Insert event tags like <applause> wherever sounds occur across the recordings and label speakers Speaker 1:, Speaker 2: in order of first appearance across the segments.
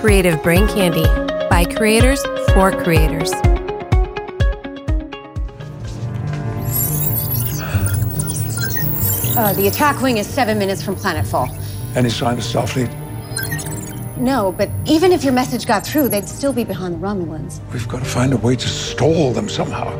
Speaker 1: Creative Brain Candy by creators for creators.
Speaker 2: Uh, the attack wing is seven minutes from planetfall.
Speaker 3: Any sign of Starfleet?
Speaker 2: No, but even if your message got through, they'd still be behind the Romulans.
Speaker 3: We've got to find a way to stall them somehow.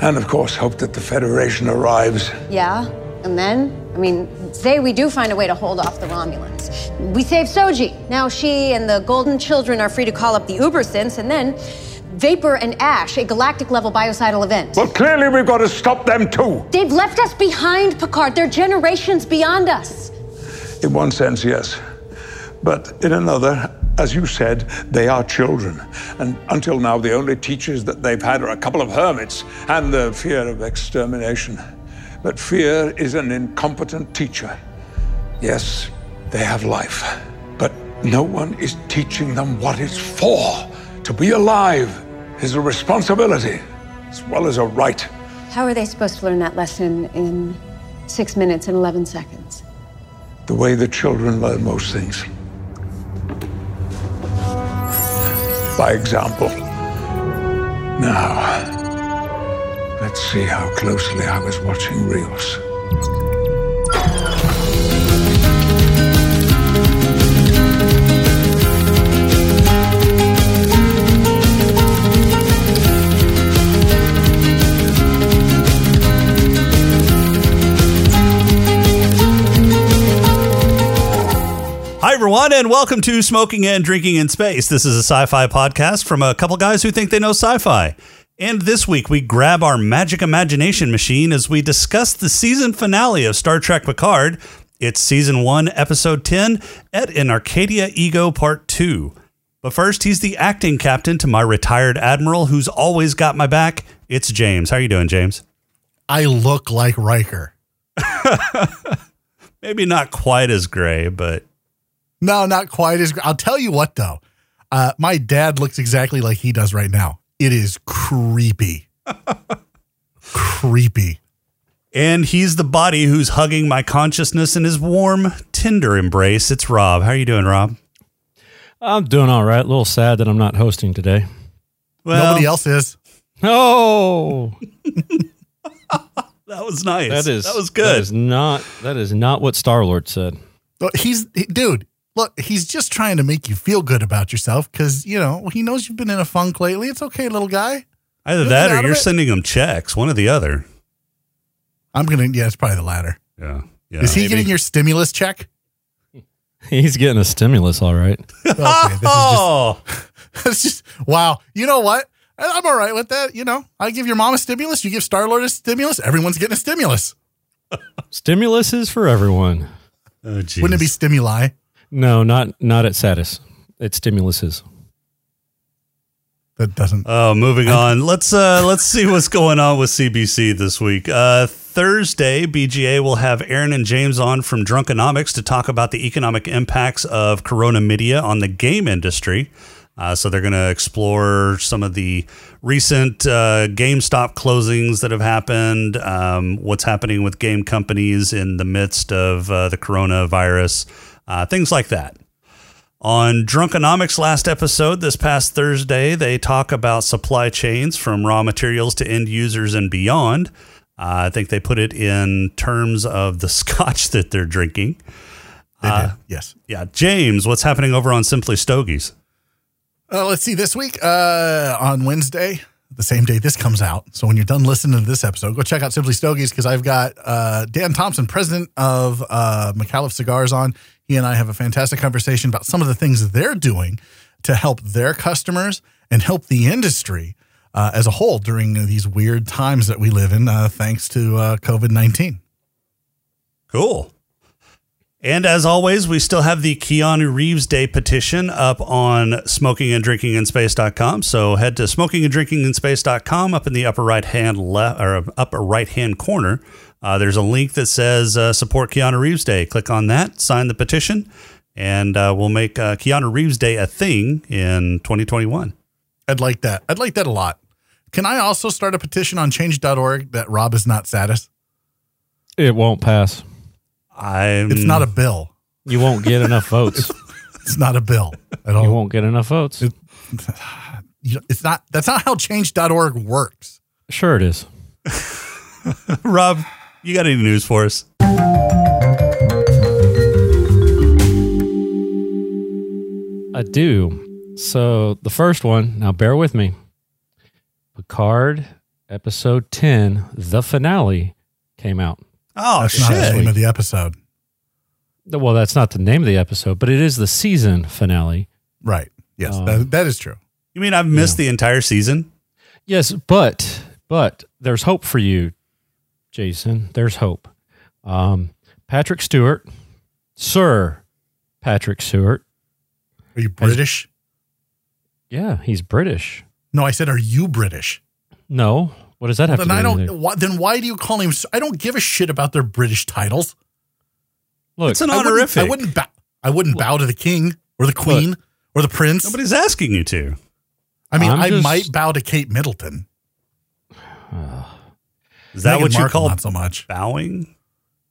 Speaker 3: And of course, hope that the Federation arrives.
Speaker 2: Yeah? And then? I mean, say we do find a way to hold off the Romulans. We save Soji. Now she and the Golden Children are free to call up the Ubersynths, and then Vapor and Ash, a galactic level biocidal event.
Speaker 3: Well, clearly we've got to stop them too.
Speaker 2: They've left us behind, Picard. They're generations beyond us.
Speaker 3: In one sense, yes. But in another, as you said, they are children. And until now, the only teachers that they've had are a couple of hermits and the fear of extermination. But fear is an incompetent teacher. Yes, they have life, but no one is teaching them what it's for. To be alive is a responsibility as well as a right.
Speaker 2: How are they supposed to learn that lesson in six minutes and 11 seconds?
Speaker 3: the way the children learn most things. By example. Now, let's see how closely I was watching Reels.
Speaker 4: Hi, everyone, and welcome to Smoking and Drinking in Space. This is a sci fi podcast from a couple guys who think they know sci fi. And this week, we grab our magic imagination machine as we discuss the season finale of Star Trek Picard. It's season one, episode 10, at an Arcadia Ego Part 2. But first, he's the acting captain to my retired admiral who's always got my back. It's James. How you doing, James?
Speaker 5: I look like Riker.
Speaker 4: Maybe not quite as gray, but
Speaker 5: No, not quite as. gr- I'll tell you what though, uh, my dad looks exactly like he does right now. It is creepy, <laughs> creepy.
Speaker 4: And he's the body who's hugging my consciousness in his warm, tender embrace. It's Rob. How are you doing, Rob?
Speaker 6: I'm doing all right. A little sad that I'm not hosting today.
Speaker 5: Nobody else is.
Speaker 6: Oh,
Speaker 4: That was nice.
Speaker 6: that is
Speaker 4: that was good.
Speaker 6: That is not that is not what Star Lord said.
Speaker 5: But He's he- dude. Look, he's just trying to make you feel good about yourself because you know he knows you've been in a funk lately. It's okay, little guy.
Speaker 4: Either
Speaker 5: Isn't
Speaker 4: that
Speaker 5: out
Speaker 4: or
Speaker 5: of
Speaker 4: you're
Speaker 5: it?
Speaker 4: sending him checks, one or the other.
Speaker 5: I'm gonna. Yeah, it's probably the latter.
Speaker 4: Yeah. Yeah.
Speaker 5: Is he
Speaker 4: Maybe.
Speaker 5: getting your stimulus check? <laughs>
Speaker 6: He's getting a stimulus,
Speaker 4: <laughs>
Speaker 6: all right.
Speaker 5: <laughs> Okay, this is just-
Speaker 4: Oh,
Speaker 5: it's just wow. You know what? I- I'm all right with that. You know, I give your mom a stimulus. You give Star Lord a stimulus. Everyone's getting a stimulus.
Speaker 6: Stimulus is for everyone.
Speaker 4: Oh, geez.
Speaker 5: Wouldn't it be stimuli?
Speaker 6: No, not not at Satis. It's stimuluses.
Speaker 5: That doesn't.
Speaker 4: Oh, moving on. Let's uh let's see what's going on with CBC this week. Uh Thursday, BGA will have Aaron and James on from Drunkenomics to talk about the economic impacts of Corona Media on the game industry. Uh, so they're going to explore some of the recent uh, GameStop closings that have happened, um, what's happening with game companies in the midst of uh, the coronavirus, uh, things like that. On Drunkenomics last episode, this past Thursday, they talk about supply chains from raw materials to end users and beyond. Uh, I think they put it in terms of the <laughs> scotch that they're drinking.
Speaker 5: They did. Yes.
Speaker 4: Yeah, James, what's happening over on Simply Stogies?
Speaker 5: Uh, let's see. This week uh, on Wednesday, the same day this comes out. So when you're done listening to this episode, go check out Simply Stogies because I've got uh, Dan Thompson, president of uh, McAuliffe Cigars, on. He and I have a fantastic conversation about some of the things they're doing to help their customers and help the industry uh, as a whole during these weird times that we live in, uh, thanks to uh, COVID 19.
Speaker 4: Cool. And as always, we still have the Keanu Reeves Day petition up on smokingandrinkinginspace.com. So head to smokingandrinkinginspace.com up in the upper right hand left or upper right hand corner. Uh, there's a link that says uh, support Keanu Reeves Day. Click on that, sign the petition, and uh, we'll make uh, Keanu Reeves Day a thing in 2021.
Speaker 5: I'd like that. I'd like that a lot. Can I also start a petition on change.org that Rob is not satis?
Speaker 6: It won't pass.
Speaker 4: I'm
Speaker 5: It's not a bill.
Speaker 6: Mm. You won't get enough votes.
Speaker 5: It's not a
Speaker 6: <laughs>
Speaker 5: bill at all.
Speaker 6: You won't get enough votes.
Speaker 5: You know, It's not. That's not how Change.org works.
Speaker 6: Sure, it is.
Speaker 4: <laughs> Rob, you got any news for us?
Speaker 6: I do. So the first one, now bear with me. Picard episode 10, the finale came out.
Speaker 4: Oh
Speaker 5: That's not the name of the episode,
Speaker 6: Well, that's not the name of the episode, but it is the season finale.
Speaker 5: right? Yes,
Speaker 6: Uh,
Speaker 5: that, that is true.
Speaker 4: You mean I've missed the entire season?
Speaker 6: Yes, but but there's hope for you, Jason. There's hope. Um, Patrick Stewart, Sir Patrick Stewart.
Speaker 5: Are you British?
Speaker 6: Yeah, he's British.
Speaker 5: No, I said, are you British?
Speaker 6: No, what does that have
Speaker 5: Then
Speaker 6: to do
Speaker 5: I
Speaker 6: with it?
Speaker 5: don't. Why, then why do you call him? s- I don't give a shit about their British titles.
Speaker 6: Look,
Speaker 4: It's an
Speaker 5: I wouldn't-
Speaker 4: honorific.
Speaker 5: I wouldn't bow. I wouldn't bow to the king or the queen or the prince.
Speaker 4: Nobody's asking you to.
Speaker 5: I mean,
Speaker 6: I'm
Speaker 5: I
Speaker 6: just-
Speaker 5: might bow to Kate Middleton.
Speaker 4: Is that
Speaker 5: Meghan
Speaker 4: what you
Speaker 5: Markle,
Speaker 4: call
Speaker 5: Not so much.
Speaker 4: bowing?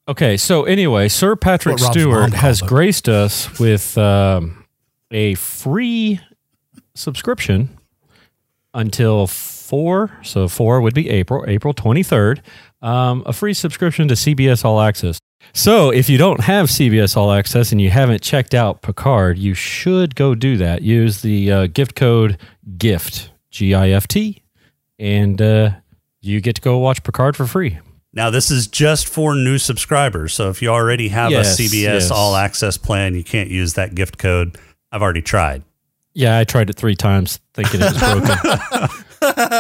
Speaker 6: Okay, so anyway, Sir Patrick
Speaker 5: What Rob's mom
Speaker 6: Stewart
Speaker 5: called
Speaker 6: has
Speaker 5: it.
Speaker 6: graced us with um, a free subscription until four. So four would be April, April twenty third. Um, a free subscription to CBS All Access. So if you don't have CBS All Access and you haven't checked out Picard, you should go do that. Use the uh, gift code GIFT G I F T, and uh, you get to go watch Picard for free.
Speaker 4: Now, this is just for new subscribers. So if you already have
Speaker 6: Yes,
Speaker 4: a CBS
Speaker 6: yes.
Speaker 4: All Access plan, you can't use that gift code. I've already tried.
Speaker 6: Yeah, I tried it three times thinking it was broken.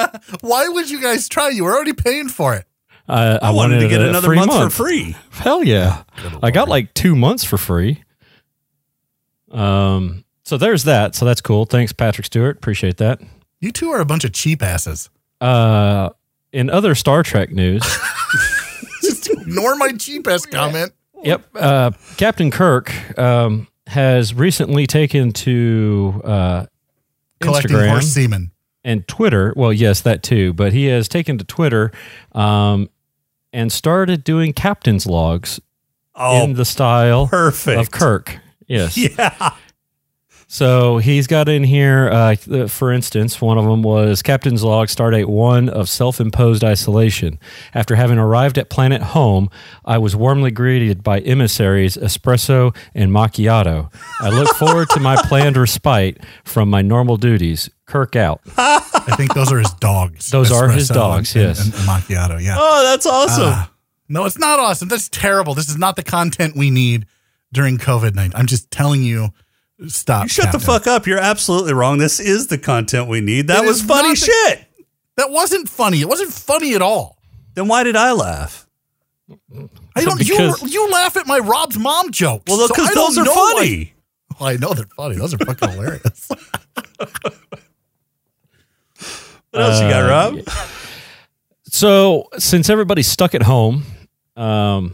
Speaker 5: <laughs>
Speaker 4: <laughs>
Speaker 5: Why would you guys try? You were already paying for it.
Speaker 6: I, I,
Speaker 4: I wanted to get
Speaker 6: a
Speaker 4: another
Speaker 6: free
Speaker 4: month, for free.
Speaker 6: Hell yeah! I got like two months for free. Um, so there's that. So that's cool. Thanks, Patrick Stewart. Appreciate that.
Speaker 5: You two are a bunch of cheap asses. <laughs>
Speaker 6: Uh, in other Star
Speaker 4: <laughs>
Speaker 6: Trek news,
Speaker 5: Just ignore my cheap ass comment.
Speaker 6: yep, uh, Captain Kirk um, has recently taken to uh,
Speaker 5: Collecting
Speaker 6: Instagram.
Speaker 5: horse semen.
Speaker 6: and Twitter. Well, yes, that too. But he has taken to Twitter um, and started doing captain's logs
Speaker 4: Oh,
Speaker 6: in the style
Speaker 4: perfect.
Speaker 6: of Kirk.
Speaker 4: <laughs>
Speaker 6: Yes.
Speaker 4: Yeah.
Speaker 6: So he's got in here, uh, th- for instance, one of them was Captain's Log Stardate 1 of Self Imposed Isolation. After having arrived at Planet Home, I was warmly greeted by emissaries, espresso, and macchiato. I look forward
Speaker 4: <laughs>
Speaker 6: to my planned respite from my normal duties. Kirk out.
Speaker 5: I think those are his dogs.
Speaker 6: Those are his
Speaker 5: Espresso
Speaker 6: dogs,
Speaker 5: and-
Speaker 6: yes.
Speaker 5: and- and macchiato. Yeah.
Speaker 4: Oh, that's awesome.
Speaker 5: Ah, No, it's not awesome. That's terrible. This is not the content we need during COVID 19. I'm just telling you, stop.
Speaker 4: you shut the
Speaker 5: Captain.
Speaker 4: fuck up. You're absolutely wrong. This is the content we need. That
Speaker 5: It
Speaker 4: was
Speaker 5: is
Speaker 4: funny
Speaker 5: not the-
Speaker 4: shit.
Speaker 5: That wasn't funny. It wasn't funny at all.
Speaker 4: Then why did I laugh?
Speaker 5: I don't.
Speaker 6: Because-
Speaker 5: you you laugh at my Rob's mom jokes.
Speaker 4: Well, because
Speaker 5: so I don't
Speaker 4: those are
Speaker 5: know why-
Speaker 4: funny.
Speaker 5: Well, I know they're funny. Those are fucking
Speaker 4: <laughs>
Speaker 5: hilarious.
Speaker 4: What else you
Speaker 5: Uh,
Speaker 4: got, Rob?
Speaker 6: So, since everybody's stuck at home, um,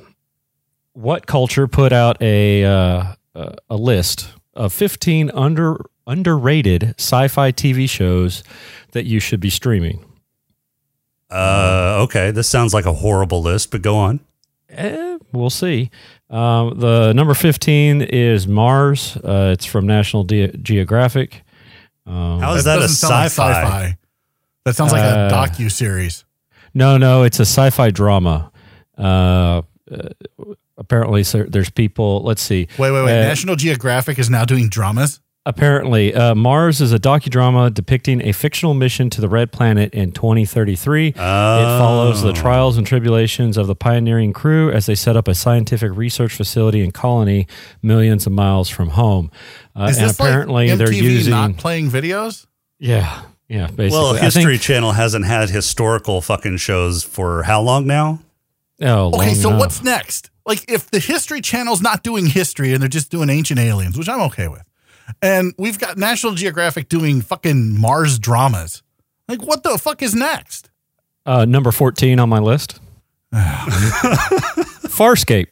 Speaker 6: what culture put out a uh, uh, a list of 15 under underrated sci-fi TV shows that you should be streaming?
Speaker 4: Uh, okay, this sounds like a horrible list, but go on.
Speaker 6: Eh, we'll see. Um, the number 15 is Mars. Uh, it's from National Ge- Geographic. Um,
Speaker 4: How is that, a
Speaker 5: Oh. doesn't sound
Speaker 4: sci-fi?
Speaker 5: like sci-fi. That sounds like
Speaker 6: Uh,
Speaker 5: a docu series.
Speaker 6: No, no, it's a sci-fi drama. Uh, uh, apparently, so there's people. Let's see.
Speaker 5: Wait, wait, wait.
Speaker 6: uh,
Speaker 5: National Geographic is now doing dramas.
Speaker 6: Apparently, uh, Mars is a docudrama depicting a fictional mission to the red planet in 2033. It follows the trials and tribulations of the pioneering crew as they set up a scientific research facility and colony millions of miles from home. Uh,
Speaker 5: Is
Speaker 6: and
Speaker 5: this like
Speaker 6: apparently, they're
Speaker 5: MTV
Speaker 6: using
Speaker 5: not playing videos?
Speaker 6: yeah, yeah. Basically,
Speaker 4: Well,
Speaker 6: I
Speaker 4: History
Speaker 6: Think,
Speaker 4: Channel hasn't had historical fucking shows for how long now?
Speaker 6: oh,
Speaker 5: Okay,
Speaker 6: long
Speaker 5: so
Speaker 6: enough.
Speaker 5: what's next? Like, if the History Channel's not doing history and they're just doing ancient aliens, which I'm okay with, and we've got National Geographic doing fucking Mars dramas, like, what the fuck is next?
Speaker 6: uh, number 14 on my list? Farscape.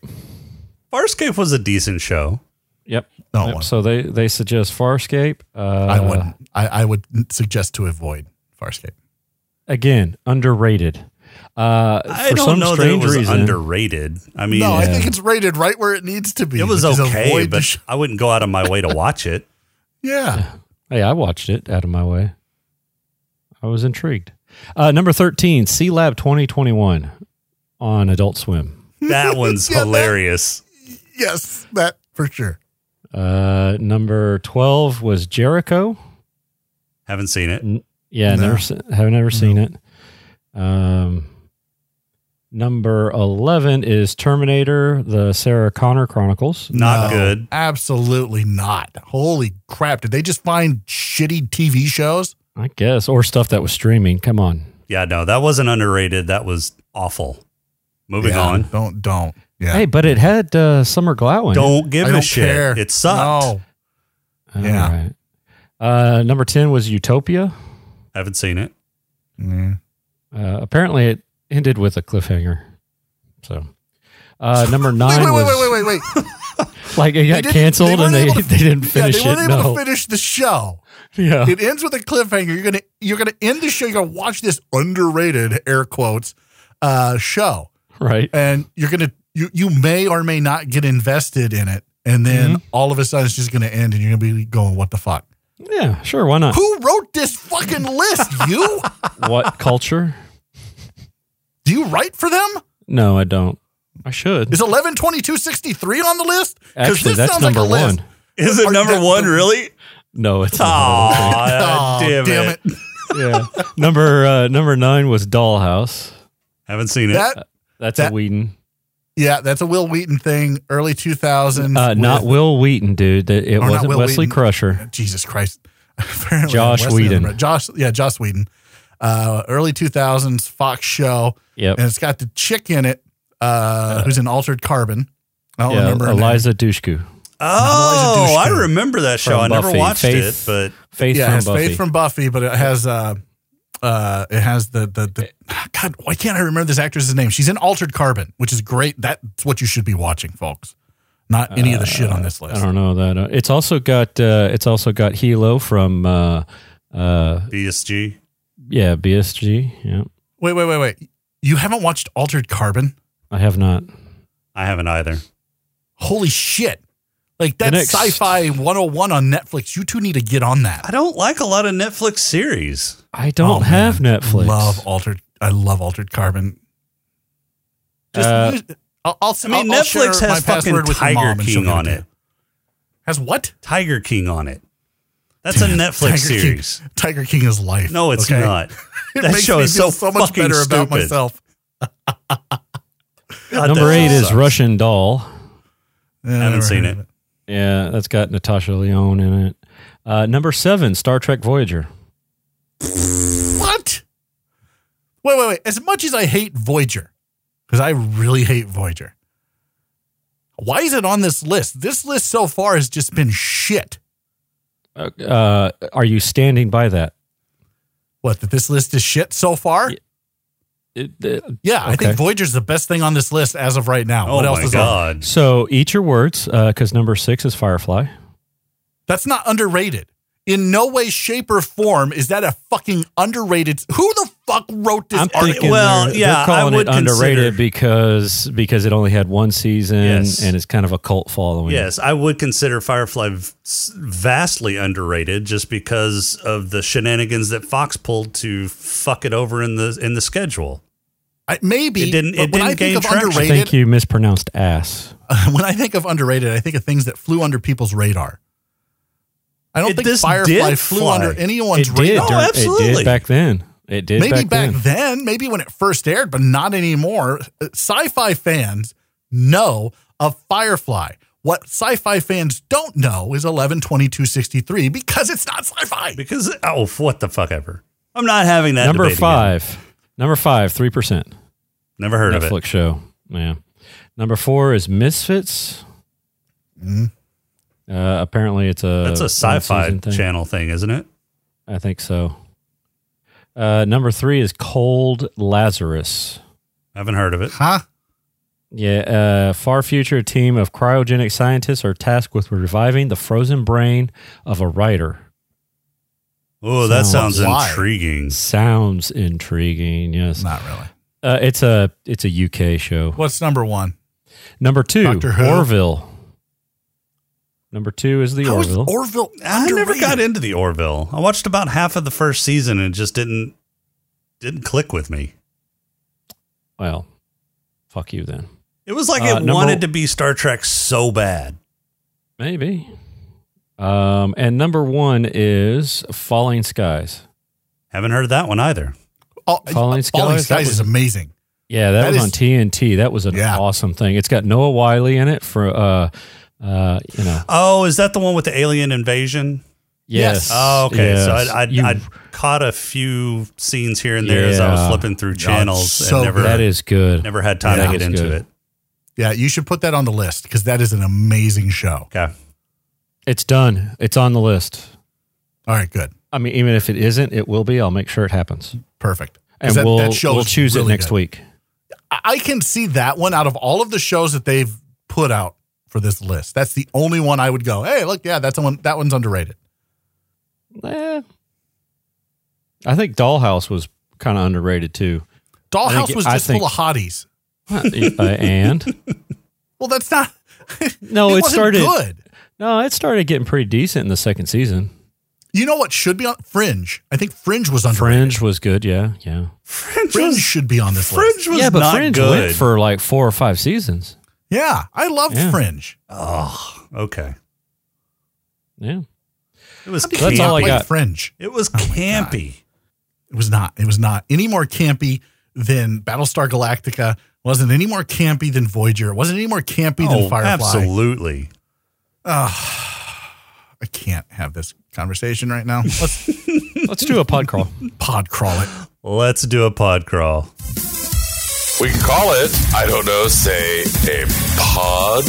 Speaker 4: Farscape was a decent show.
Speaker 6: Yep.
Speaker 5: No
Speaker 6: Yep.
Speaker 5: one.
Speaker 6: So they they suggest Farscape. Uh,
Speaker 5: I wouldn't. I, I would suggest to avoid Farscape.
Speaker 6: again underrated. Uh,
Speaker 4: I
Speaker 6: for
Speaker 4: don't
Speaker 6: some
Speaker 4: know that it
Speaker 6: strange
Speaker 4: was
Speaker 6: reason,
Speaker 4: underrated. I mean,
Speaker 5: No, I think it's rated right where it needs to be.
Speaker 4: it was
Speaker 5: which is
Speaker 4: okay,
Speaker 5: avoid the
Speaker 4: but
Speaker 5: sh-
Speaker 4: I wouldn't go out of my way to watch it.
Speaker 5: yeah.
Speaker 6: Hey, I watched it out of my way. I was intrigued. Uh, number 13, C Lab 2021 on Adult Swim.
Speaker 4: <laughs>
Speaker 5: <laughs>
Speaker 4: That one's
Speaker 5: <laughs> Yeah, that-
Speaker 4: hilarious.
Speaker 5: Yes, that for sure.
Speaker 6: Uh, number 12 was Jericho.
Speaker 4: Haven't seen it.
Speaker 6: Yeah,
Speaker 5: No.
Speaker 6: never se- have never seen it. Um, number 11 is Terminator, the Sarah Connor Chronicles.
Speaker 4: Not
Speaker 5: No,
Speaker 4: good.
Speaker 5: Absolutely not. Holy crap. Did they just find shitty TV shows?
Speaker 6: I guess, or stuff that was streaming. Come on.
Speaker 4: Yeah, no, that wasn't underrated. That was awful. Moving
Speaker 5: Yeah,
Speaker 4: on.
Speaker 5: Don't, don't. Yeah.
Speaker 6: Hey, but it had uh, Summer Glau in it.
Speaker 4: Don't give
Speaker 5: I
Speaker 4: a
Speaker 5: don't
Speaker 4: shit.
Speaker 5: care.
Speaker 4: It sucked.
Speaker 5: No.
Speaker 6: All
Speaker 5: Yeah.
Speaker 6: right. Uh, number 10 was Utopia.
Speaker 4: Haven't seen it.
Speaker 5: Mm.
Speaker 6: Uh, apparently, it ended with a cliffhanger. So,
Speaker 5: <laughs>
Speaker 6: uh, number
Speaker 5: Wait,
Speaker 6: nine
Speaker 5: wait, wait, wait, wait,
Speaker 6: was
Speaker 5: wait, wait. <laughs>
Speaker 6: like it got
Speaker 5: didn't-
Speaker 6: canceled,
Speaker 5: weren't
Speaker 6: and they,
Speaker 5: able to-
Speaker 6: <laughs> they didn't
Speaker 5: Yeah,
Speaker 6: finish
Speaker 5: they weren't
Speaker 6: it.
Speaker 5: able
Speaker 6: No,
Speaker 5: to finish the show.
Speaker 6: <laughs> yeah,
Speaker 5: It ends with a cliffhanger. You're gonna you're gonna end the show. You're gonna watch this underrated air quotes uh, show,
Speaker 6: right.
Speaker 5: and you're gonna you you may or may not get invested in it, and then
Speaker 6: Mm-hmm.
Speaker 5: all of a sudden it's just gonna end, and you're gonna be going, "What the fuck?
Speaker 6: Yeah, sure.
Speaker 5: <laughs>
Speaker 6: Why not?
Speaker 5: Who wrote this fucking
Speaker 6: <laughs>
Speaker 5: list? You
Speaker 6: what culture?
Speaker 5: do you write for them?
Speaker 6: No, I don't. I should.
Speaker 5: Is eleven twenty two sixty three on the list? 'Cause
Speaker 6: Actually,
Speaker 5: this
Speaker 6: that's
Speaker 5: sounds like
Speaker 6: number
Speaker 5: a list.
Speaker 6: one.
Speaker 4: Is it
Speaker 5: Are- Oh,
Speaker 4: number
Speaker 5: that-
Speaker 4: one,
Speaker 5: <laughs>
Speaker 4: really?
Speaker 6: No, it's not.
Speaker 4: Aw,
Speaker 5: Aw,
Speaker 4: Uh, damn, it.
Speaker 6: <laughs> yeah. Number uh, number nine was Dollhouse.
Speaker 4: Haven't seen it.
Speaker 5: That
Speaker 6: That's
Speaker 5: That-
Speaker 6: a Wheaton.
Speaker 5: yeah, that's a Will Wheaton thing, early two thousands.
Speaker 6: Uh, not Will Wheaton, dude. That- It
Speaker 5: Or not
Speaker 6: wasn't
Speaker 5: Will
Speaker 6: Wesley
Speaker 5: Wheaton.
Speaker 6: Crusher.
Speaker 5: Jesus Christ. <laughs> Apparently,
Speaker 6: Josh
Speaker 5: Wesley
Speaker 6: Whedon.
Speaker 5: Albright- Josh, yeah, Josh Whedon. Uh, early 2000s Fox show.
Speaker 6: Yep.
Speaker 5: And it's got the chick in it uh, who's in Altered Carbon. I don't
Speaker 6: Yeah,
Speaker 5: remember her name.
Speaker 6: Eliza Dushku.
Speaker 5: Elijah
Speaker 4: oh, I
Speaker 5: Dushku.
Speaker 4: remember that show.
Speaker 6: From
Speaker 4: I never
Speaker 6: Buffy.
Speaker 4: watched
Speaker 6: Faith.
Speaker 4: it,
Speaker 6: Faith
Speaker 5: Yeah, it
Speaker 6: from
Speaker 5: has
Speaker 6: Buffy.
Speaker 5: Faith from Buffy, but it has uh, uh, it has the, the the God. Why can't I remember this actress's name? She's in Altered Carbon, which is great. That's what you should be watching, folks. Not any of the shit on this
Speaker 6: I
Speaker 5: list.
Speaker 6: don't know that. uh, It's also got uh, it's also got Hilo from uh, uh,
Speaker 4: but BSG.
Speaker 6: yeah BSG. Yeah,
Speaker 5: Wait, wait, wait, wait. You haven't watched Altered Carbon?
Speaker 6: I have not.
Speaker 4: I haven't either.
Speaker 5: Holy shit. Like that's
Speaker 6: next-
Speaker 5: sci-fi 101 on Netflix. You two need to get on that.
Speaker 4: I don't like a lot of Netflix series.
Speaker 6: I don't
Speaker 5: Oh,
Speaker 6: have
Speaker 5: man.
Speaker 6: Netflix.
Speaker 5: Love altered. I love altered carbon. Just
Speaker 6: Uh,
Speaker 5: use- I'll, I'll,
Speaker 4: I mean,
Speaker 5: I'll- I'll share
Speaker 4: Netflix
Speaker 5: my
Speaker 4: has fucking
Speaker 5: password with your
Speaker 4: Tiger
Speaker 5: mom and she'll
Speaker 4: King
Speaker 5: give
Speaker 4: on
Speaker 5: to
Speaker 4: it.
Speaker 5: you. Has what?
Speaker 4: Tiger King on it. That's a Netflix
Speaker 5: Tiger King-
Speaker 4: series.
Speaker 5: Tiger King is life.
Speaker 4: No, it's
Speaker 5: okay?
Speaker 4: not.
Speaker 5: <laughs> It
Speaker 4: That
Speaker 5: makes
Speaker 4: show
Speaker 5: me
Speaker 4: is
Speaker 5: feel
Speaker 4: so,
Speaker 5: much
Speaker 4: fucking
Speaker 5: better
Speaker 4: stupid.
Speaker 5: about myself.
Speaker 4: God,
Speaker 6: Number
Speaker 4: that
Speaker 6: eight is
Speaker 4: sucks.
Speaker 6: Russian Doll.
Speaker 5: Yeah, I
Speaker 4: haven't
Speaker 5: never
Speaker 4: seen
Speaker 5: heard of
Speaker 4: it.
Speaker 6: Yeah, that's got Natasha Leone in it. Uh, number seven, Star Trek Voyager.
Speaker 5: What? Wait, wait, wait. As much as I hate Voyager, because I really hate Voyager, why is it on this list? This list so far has just been shit.
Speaker 6: Uh, uh, are you standing by that?
Speaker 5: What, that this list is shit so far? Yeah,
Speaker 6: It- uh,
Speaker 5: I
Speaker 6: Okay.
Speaker 5: think Voyager's the best thing on this list as of right now.
Speaker 4: Oh
Speaker 5: what
Speaker 4: my
Speaker 5: else is on?
Speaker 4: god!
Speaker 6: so eat your words, because number six is Firefly.
Speaker 5: That's not underrated. In no way, shape, or form is that a fucking underrated. Who the fuck wrote this
Speaker 6: I'm
Speaker 5: article?
Speaker 6: thinking
Speaker 4: well,
Speaker 6: they're, they're
Speaker 4: yeah, I
Speaker 6: calling
Speaker 4: would
Speaker 6: it underrated
Speaker 4: consider-
Speaker 6: because because it only had one season
Speaker 4: Yes.
Speaker 6: and it's kind of a cult following.
Speaker 4: Yes, I would consider Firefly v- s- vastly underrated just because of the shenanigans that Fox pulled to fuck it over in the in the schedule.
Speaker 5: I- Maybe.
Speaker 4: It didn't-
Speaker 5: but
Speaker 4: it
Speaker 5: when I
Speaker 4: didn't gain
Speaker 5: think of
Speaker 4: traction.
Speaker 6: I
Speaker 5: underrated,
Speaker 6: think you mispronounced ass.
Speaker 5: <laughs> when I think of underrated, I think of things that flew under people's radar. I don't
Speaker 4: It-
Speaker 5: think
Speaker 4: this
Speaker 5: Firefly
Speaker 4: did
Speaker 5: flew
Speaker 4: fly.
Speaker 5: under anyone's
Speaker 6: it did.
Speaker 5: radar.
Speaker 4: during-
Speaker 6: dur- It
Speaker 4: absolutely.
Speaker 6: did back then. Oh, It did.
Speaker 5: maybe
Speaker 6: back,
Speaker 5: back, then. maybe when it first aired, but not anymore. Uh, Sci-fi fans know of Firefly. What sci-fi fans don't know is 11 63 because it's not sci-fi.
Speaker 4: Because oh, f- what the fuck ever. I'm not having that.
Speaker 6: Number
Speaker 4: debate again.
Speaker 6: five. Number five. Three percent.
Speaker 4: Never heard of
Speaker 6: Netflix
Speaker 4: it.
Speaker 6: show. Yeah. Number four is Misfits.
Speaker 5: Mm-hmm.
Speaker 6: Uh, apparently, it's a
Speaker 4: That's a sci-fi
Speaker 6: one-season thing.
Speaker 4: channel thing, isn't it?
Speaker 6: I think so. Uh, number three is Cold Lazarus.
Speaker 4: Haven't heard of it.
Speaker 5: Huh?
Speaker 6: Yeah, uh, far future team of cryogenic scientists are tasked with reviving the frozen brain of a writer.
Speaker 4: Oh, that sounds
Speaker 5: Sounds wild.
Speaker 4: intriguing.
Speaker 6: Sounds intriguing. Yes.
Speaker 5: Not really.
Speaker 6: Uh, it's a it's a UK show.
Speaker 5: What's number one?
Speaker 6: Number two,
Speaker 5: Doctor Who?
Speaker 6: Orville. Number two is the
Speaker 5: How is
Speaker 6: Orville.
Speaker 5: Orville.
Speaker 4: I never
Speaker 5: underrated?
Speaker 4: got into the Orville. I watched about half of the first season and it just didn't didn't click with me.
Speaker 6: well, fuck you then.
Speaker 4: It was like
Speaker 6: Uh,
Speaker 4: it
Speaker 6: number-
Speaker 4: wanted to be Star Trek so bad.
Speaker 6: Maybe. Um, and number one is Falling Skies.
Speaker 4: Haven't heard of that one either.
Speaker 5: Oh,
Speaker 6: Falling
Speaker 5: uh,
Speaker 6: Skies, that
Speaker 5: Skies is
Speaker 6: was-
Speaker 5: amazing.
Speaker 6: Yeah, that,
Speaker 5: That
Speaker 6: was
Speaker 5: is-
Speaker 6: on TNT. That was an
Speaker 5: Yeah.
Speaker 6: awesome thing. It's got Noah Wiley in it for uh, uh, you know.
Speaker 4: Oh, is that the one with the alien invasion?
Speaker 5: Yes.
Speaker 6: Yes.
Speaker 4: Oh, okay. So
Speaker 6: yes.
Speaker 4: I, I,
Speaker 6: You-
Speaker 4: I caught a few scenes here and there as I was
Speaker 6: Yeah.
Speaker 4: flipping through channels
Speaker 5: so
Speaker 4: and never
Speaker 5: good.
Speaker 6: that is good.
Speaker 4: never had time
Speaker 6: Yeah.
Speaker 4: to get
Speaker 6: That was
Speaker 4: into
Speaker 6: good.
Speaker 4: it.
Speaker 5: Yeah, you should put that on the list because that is an amazing show.
Speaker 4: Okay.
Speaker 6: It's done. It's on the list.
Speaker 5: All right, good,
Speaker 6: I mean, even if it isn't, it will be. I'll make sure it happens,
Speaker 5: 'Cause
Speaker 6: and
Speaker 5: that-
Speaker 6: we'll
Speaker 5: that show
Speaker 6: we'll
Speaker 5: is
Speaker 6: choose
Speaker 5: really
Speaker 6: it next
Speaker 5: good.
Speaker 6: week.
Speaker 5: I- I can see that one out of all of the shows that they've put out for this list. That's the only one I would go. Hey, look, yeah, that's the one. That one's underrated.
Speaker 6: Eh. I think Dollhouse was kind of underrated too.
Speaker 5: Dollhouse
Speaker 6: it-
Speaker 5: was
Speaker 6: I
Speaker 5: just
Speaker 6: think-
Speaker 5: full of hotties.
Speaker 6: Uh, <laughs> and
Speaker 5: Well, that's not. <laughs>
Speaker 6: No, it
Speaker 5: wasn't
Speaker 6: started-
Speaker 5: good.
Speaker 6: no, it started getting pretty decent in the second season.
Speaker 5: You know what should be on Fringe? I think Fringe was underrated.
Speaker 6: Fringe was good. Yeah, yeah.
Speaker 4: Fringe,
Speaker 5: Fringe
Speaker 4: was,
Speaker 5: should be on this list.
Speaker 4: Fringe was
Speaker 6: yeah, but
Speaker 4: not
Speaker 6: Fringe
Speaker 4: good.
Speaker 6: went for like four or five seasons.
Speaker 5: Yeah, I loved
Speaker 6: Yeah.
Speaker 5: Fringe.
Speaker 4: oh, okay.
Speaker 6: Yeah.
Speaker 4: It was
Speaker 5: Somebody
Speaker 6: That's
Speaker 5: did
Speaker 4: campy.
Speaker 5: not
Speaker 6: all I
Speaker 5: like
Speaker 6: got.
Speaker 5: Fringe.
Speaker 4: It was campy.
Speaker 5: It was not. It was not any more campy than Battlestar Galactica. Wasn't any more campy than Voyager. Wasn't any more campy than
Speaker 4: oh,
Speaker 5: Firefly.
Speaker 4: absolutely.
Speaker 5: I can't have this conversation right now. Let's <laughs>
Speaker 6: Let's do a
Speaker 4: <laughs>
Speaker 6: pod crawl.
Speaker 5: pod crawl it.
Speaker 4: Let's do a pod crawl.
Speaker 7: We can call it, I don't know, say a pod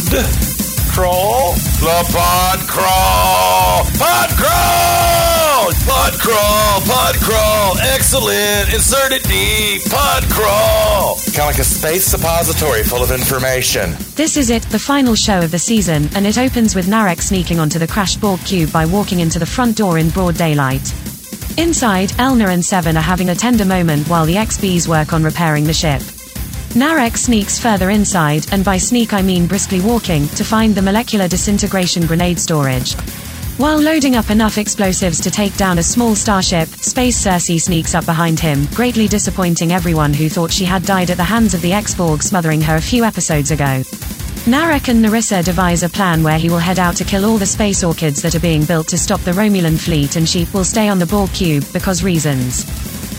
Speaker 7: crawl? The pod crawl! Pod crawl! Pod crawl! Pod crawl! Excellent! Insert it deep! Pod crawl! Kind of like a space suppository full of information.
Speaker 8: This is it, the final show of the season, and it opens with Narek sneaking onto the Crash Borg cube by walking into the front door in broad daylight. Inside, Elna and Seven are having a tender moment while the XBs work on repairing the ship. Narek sneaks further inside, and by sneak I mean briskly walking, to find the molecular disintegration grenade storage. While loading up enough explosives to take down a small starship, Space Cersei sneaks up behind him, greatly disappointing everyone who thought she had died at the hands of the X-Borg smothering her a few episodes ago. Narek and Narissa devise a plan where he will head out to kill all the space orchids that are being built to stop the Romulan fleet and she will stay on the ball cube because reasons.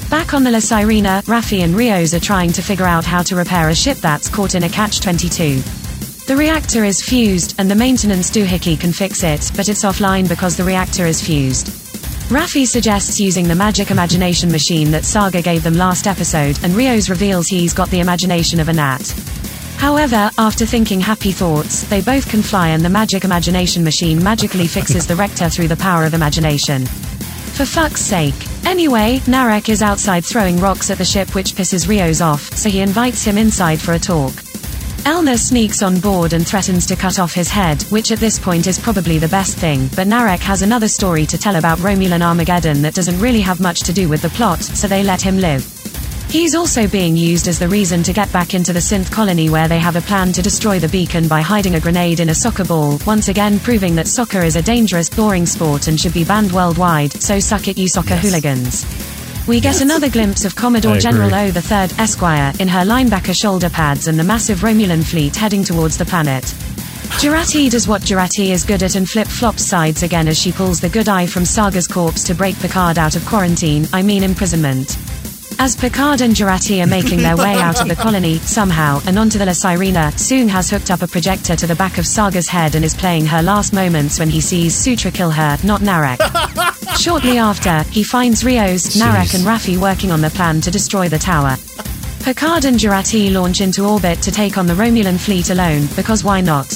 Speaker 8: Back on the La Sirena, Raffi and Rios are trying to figure out how to repair a ship that's caught in a catch-22. The reactor is fused, and the maintenance doohickey can fix it, but it's offline because the reactor is fused. Raffi suggests using the magic imagination machine that Saga gave them last episode, and Rios reveals he's got the imagination of a gnat. However, after thinking happy thoughts, they both can fly and the magic imagination machine magically fixes the rector through the power of imagination. For fuck's sake. Anyway, Narek is outside throwing rocks at the ship which pisses Rios off, so he invites him inside for a talk. Elna sneaks on board and threatens to cut off his head, which at this point is probably the best thing, but Narek has another story to tell about Romulan Armageddon that doesn't really have much to do with the plot, so they let him live. He's also being used as the reason to get back into the synth colony where they have a plan to destroy the beacon by hiding a grenade in a soccer ball, once again proving that soccer is a dangerous, boring sport and should be banned worldwide, so suck it you soccer hooligans. We get another glimpse of Commodore
Speaker 6: I
Speaker 8: General
Speaker 6: agree.
Speaker 8: O the Third Esquire in her linebacker shoulder pads and the massive Romulan fleet heading towards the planet. Jurati does what Jurati is good at and flip-flops sides again as she pulls the good eye from Saga's corpse to break Picard out of quarantine, I mean imprisonment. As Picard and Jurati are making their way out of the colony, somehow, and onto the La Sirena, Soong has hooked up a projector to the back of Saga's head and is playing her last moments when he sees Sutra kill her, not Narek. Shortly after, he finds Rios, Narek, and Raffi working on the plan to destroy the tower. Picard and Jurati launch into orbit to take on the Romulan fleet alone, because why not?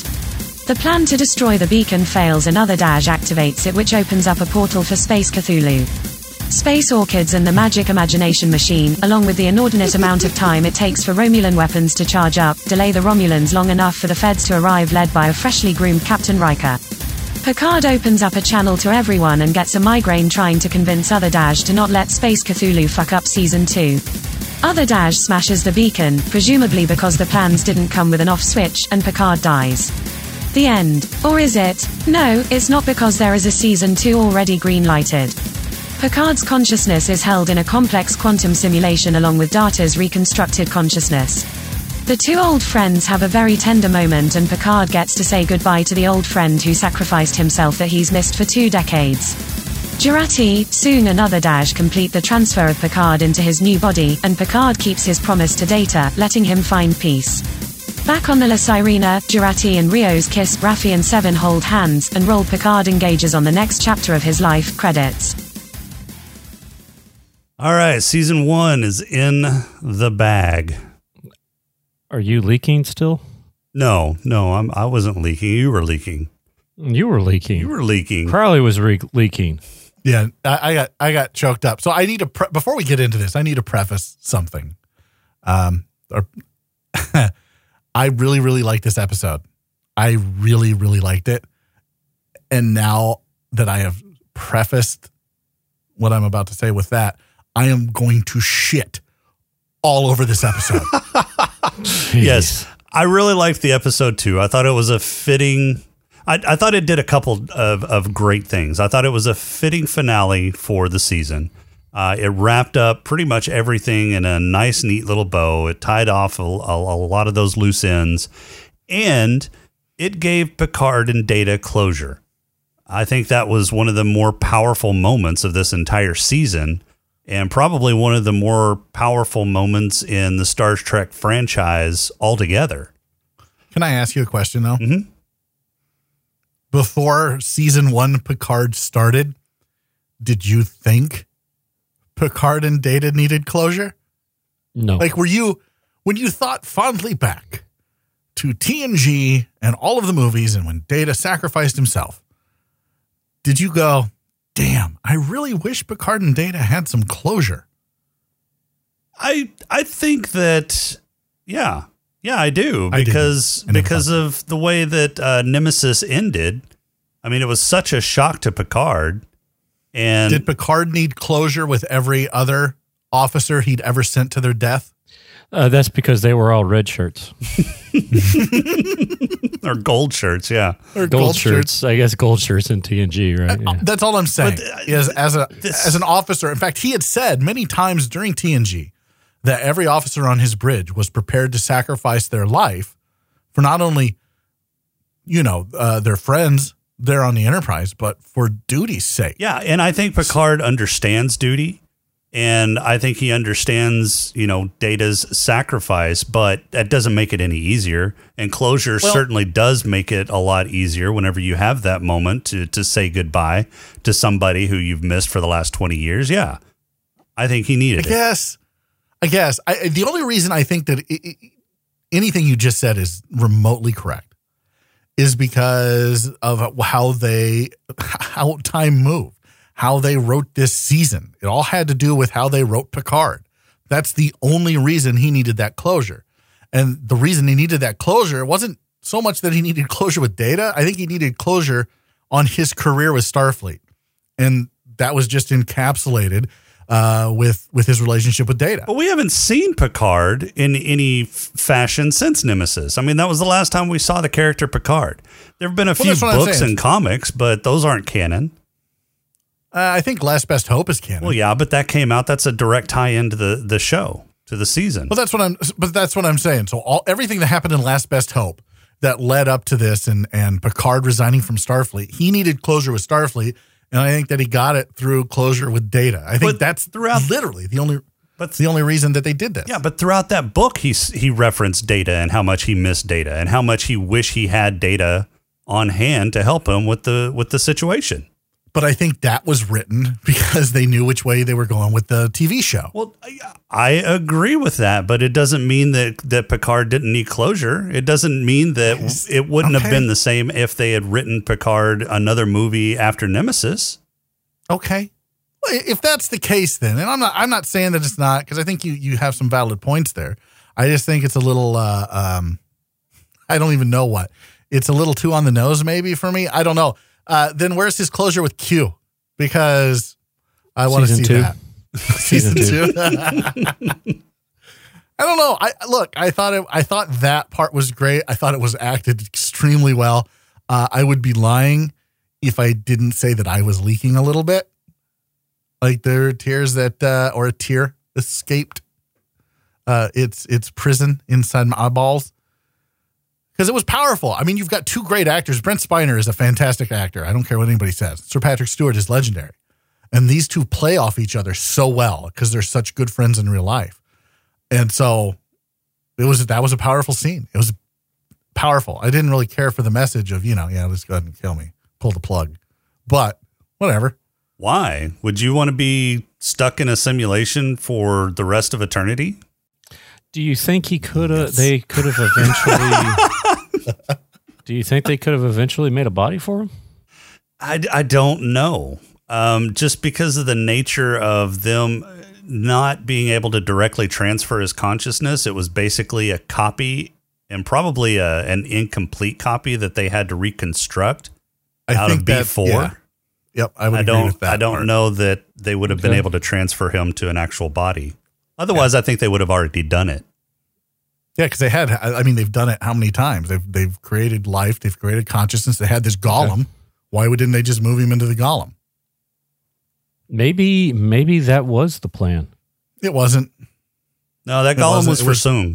Speaker 8: The plan to destroy the beacon fails and Other Dash activates it, which opens up a portal for Space Cthulhu. Space Orchids and the Magic Imagination Machine, along with the inordinate amount of time it takes for Romulan weapons to charge up, delay the Romulans long enough for the feds to arrive led by a freshly groomed Captain Riker. Picard opens up a channel to everyone and gets a migraine trying to convince Other Dash to not let Space Cthulhu fuck up season 2. Other Dash smashes the beacon, presumably because the plans didn't come with an off switch, and Picard dies. The end. Or is it? No, it's not because there is a season 2 already green lighted. Picard's consciousness is held in a complex quantum simulation along with Data's reconstructed consciousness. The two old friends have a very tender moment, and Picard gets to say goodbye to the old friend who sacrificed himself that he's missed for two decades. Jurati, soon another Dash complete the transfer of Picard into his new body, and Picard keeps his promise to Data, letting him find peace. Back on the La Sirena, Jurati and Rios kiss, Raffi and Seven hold hands, and Roll Picard engages on the next chapter of his life, credits.
Speaker 4: All right, season one is in the bag.
Speaker 6: Are you leaking still?
Speaker 4: No, no, I'm, I wasn't leaking. You were leaking.
Speaker 6: You were leaking.
Speaker 4: You were leaking.
Speaker 6: Crowley was re- leaking.
Speaker 5: Yeah, I, I got I got choked up. So I need to pre- before we get into this, I need to preface something. Um, or <laughs> I really really liked this episode. I really really liked it, and now that I have prefaced what I'm about to say with that, I am going to shit all over this episode.
Speaker 4: Yes. I really liked the episode too. I thought it was a fitting. I, I thought it did a couple of, of great things. I thought it was a fitting finale for the season. Uh, it wrapped up pretty much everything in a nice, neat little bow. It tied off a, a- a lot of those loose ends and it gave Picard and Data closure. I think that was one of the more powerful moments of this entire season, and probably one of the more powerful moments in the Star Trek franchise altogether.
Speaker 5: Can I ask you a question though? Before season one Picard started, did you think Picard and Data needed closure?
Speaker 6: No.
Speaker 5: Like, were you when you thought fondly back to TNG and all of the movies, and when Data sacrificed himself? Did you go, damn? I really wish Picard and Data had some closure.
Speaker 4: I I think that yeah yeah I do
Speaker 5: I didn't.
Speaker 4: because
Speaker 5: I never
Speaker 4: because
Speaker 5: thought
Speaker 4: of the way that uh, Nemesis ended. I mean, it was such a shock to Picard, and
Speaker 5: Did Picard need closure with every other officer he'd ever sent to their death?
Speaker 6: Uh, that's because they were all red
Speaker 4: <laughs>
Speaker 6: shirts.
Speaker 4: or gold shirts, yeah.
Speaker 5: Or
Speaker 6: Gold, shirts. Uh, I guess gold shirts in TNG, right? Yeah.
Speaker 5: Oh, That's all I'm saying.
Speaker 4: But, uh,
Speaker 5: is as a
Speaker 4: this-
Speaker 5: as an officer, in fact, he had said many times during TNG that every officer on his bridge was prepared to sacrifice their life for not only you know uh, their friends there on the Enterprise, but for duty's sake.
Speaker 4: Yeah, and I think Picard understands duty, and I think he understands you know Data's sacrifice, but that doesn't make it any easier. And closure certainly does make it a lot easier whenever you have that moment to to say goodbye to somebody who you've missed for the last twenty years. Yeah, I think he
Speaker 5: I
Speaker 4: needed it.
Speaker 5: guess. I guess. I, I- the only reason I think that i i anything you just said is remotely correct is because of how they, how time moved, how they wrote this season. It all had to do with how they wrote Picard. That's the only reason he needed that closure. And the reason he needed that closure wasn't so much that he needed closure with data. I think he needed closure on his career with Starfleet and that was just encapsulated uh, with with his relationship with Data. Uh,
Speaker 4: But we haven't seen Picard in any f- fashion since Nemesis. I mean, that was the last time we saw the character Picard. There have been a few
Speaker 5: that's what I'm
Speaker 4: books
Speaker 5: saying.
Speaker 4: and comics, but those aren't canon.
Speaker 5: Uh, I think Last Best Hope is canon.
Speaker 4: Well, yeah, but that came out. That's a direct tie into the the show to the season.
Speaker 5: Well, that's what I'm. But that's what I'm saying. So all everything that happened in Last Best Hope that led up to this, and and Picard resigning from Starfleet, he needed closure with Starfleet, and I think that he got it through closure with Data. I think
Speaker 4: But
Speaker 5: that's
Speaker 4: throughout-
Speaker 5: literally the only.
Speaker 4: But-
Speaker 5: But the only reason that they did this.
Speaker 4: yeah, but throughout that book, he s- he referenced data and how much he missed data and how much he wished he had data on hand to help him with the with the situation.
Speaker 5: But I think that was written <laughs> because they knew which way they were going with the TV show.
Speaker 4: Well, I,
Speaker 5: uh,
Speaker 4: I agree with that, but it doesn't mean that that Picard didn't need closure. It doesn't mean that w- it wouldn't have
Speaker 5: okay.
Speaker 4: been the same if they had written Picard another movie after Nemesis.
Speaker 5: Okay. Well, i- If that's the case, then, and I'm not, I'm not saying that it's not because I think you you have some valid points there. I just think it's a little, uh, um, I don't even know what. It's a little too on the nose, maybe for me. I don't know. Uh, then where's his closure with Q? Because I want to
Speaker 6: Season
Speaker 5: see <laughs>
Speaker 6: two. <laughs>
Speaker 5: that season two. I don't know. I look. I thought it, I thought that part was great. I thought it was acted extremely well. Uh, I would be lying if I didn't say that I was leaking a little bit. Like there are tears that, uh, or a tear escaped. Uh, it's it's prison inside my eyeballs because it was powerful. I mean, you've got two great actors. Brent Spiner is a fantastic actor. I don't care what anybody says. Sir Patrick Stewart is legendary, and these two play off each other so well because they're such good friends in real life. And so it was that was a powerful scene. It was powerful. I didn't really care for the message of, you know, yeah, just go ahead and kill me. Pull the plug. But whatever.
Speaker 4: Why would you want to be stuck in a simulation for the rest of eternity?
Speaker 6: Do you think he could have? They could have eventually. <laughs> do you think they could have eventually made a body for him?
Speaker 4: I, I don't know. Um, just because of the nature of them not being able to directly transfer his consciousness, it was basically a copy and probably a, an incomplete copy that they had to reconstruct
Speaker 5: I
Speaker 4: out of
Speaker 5: think that-
Speaker 4: B4.
Speaker 5: yeah. Yep, I would
Speaker 4: I
Speaker 5: agree with
Speaker 4: don't
Speaker 5: that.
Speaker 4: I don't
Speaker 5: part.
Speaker 4: know that they would have been
Speaker 6: Okay.
Speaker 4: able to transfer him to an actual body. Otherwise, I think they would have already done it.
Speaker 5: Yeah, because they had. I I mean, they've done it how many times? They've they've created life. They've created consciousness. They had this golem. Why would- didn't they just move him into the golem?
Speaker 6: Maybe, maybe that was the plan.
Speaker 5: It wasn't.
Speaker 4: No, that
Speaker 5: It
Speaker 4: golem
Speaker 5: wasn't-
Speaker 4: was
Speaker 5: it
Speaker 4: for
Speaker 5: was-
Speaker 4: Soong.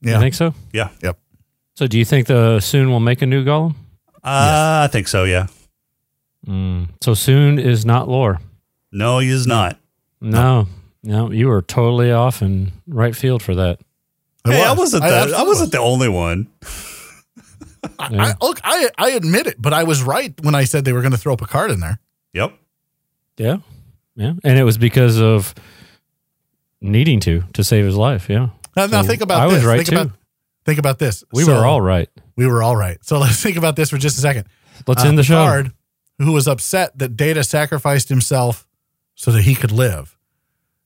Speaker 6: You
Speaker 5: Yeah.
Speaker 6: think so?
Speaker 4: Yeah,
Speaker 5: yep.
Speaker 6: So, do you think the soon will make a new golem?
Speaker 4: uh, I think so. Yeah,
Speaker 6: Mm. So soon is not lore.
Speaker 4: no, he is not.
Speaker 6: No, no, you were totally off in right field for that.
Speaker 5: It
Speaker 4: Hey, I
Speaker 5: was.
Speaker 4: wasn't.
Speaker 5: I
Speaker 4: The, I,
Speaker 5: absolutely
Speaker 4: wasn't the only one.
Speaker 6: Yeah.
Speaker 5: I, look, I I admit it, but I was right when I said they were going to throw Picard in there.
Speaker 4: Yep.
Speaker 6: Yeah. Yeah. And it was because of needing to to save his life. Yeah.
Speaker 5: Now, now
Speaker 6: So
Speaker 5: think about
Speaker 6: I
Speaker 5: this.
Speaker 6: was right
Speaker 5: think
Speaker 6: too.
Speaker 5: About, think about this.
Speaker 6: we
Speaker 5: So-
Speaker 6: were all right.
Speaker 5: We were all right. So <laughs> let's think about this for just a second.
Speaker 6: Let's
Speaker 5: Uh,
Speaker 6: end the show.
Speaker 5: Picard, who was upset that Data sacrificed himself so that he could live,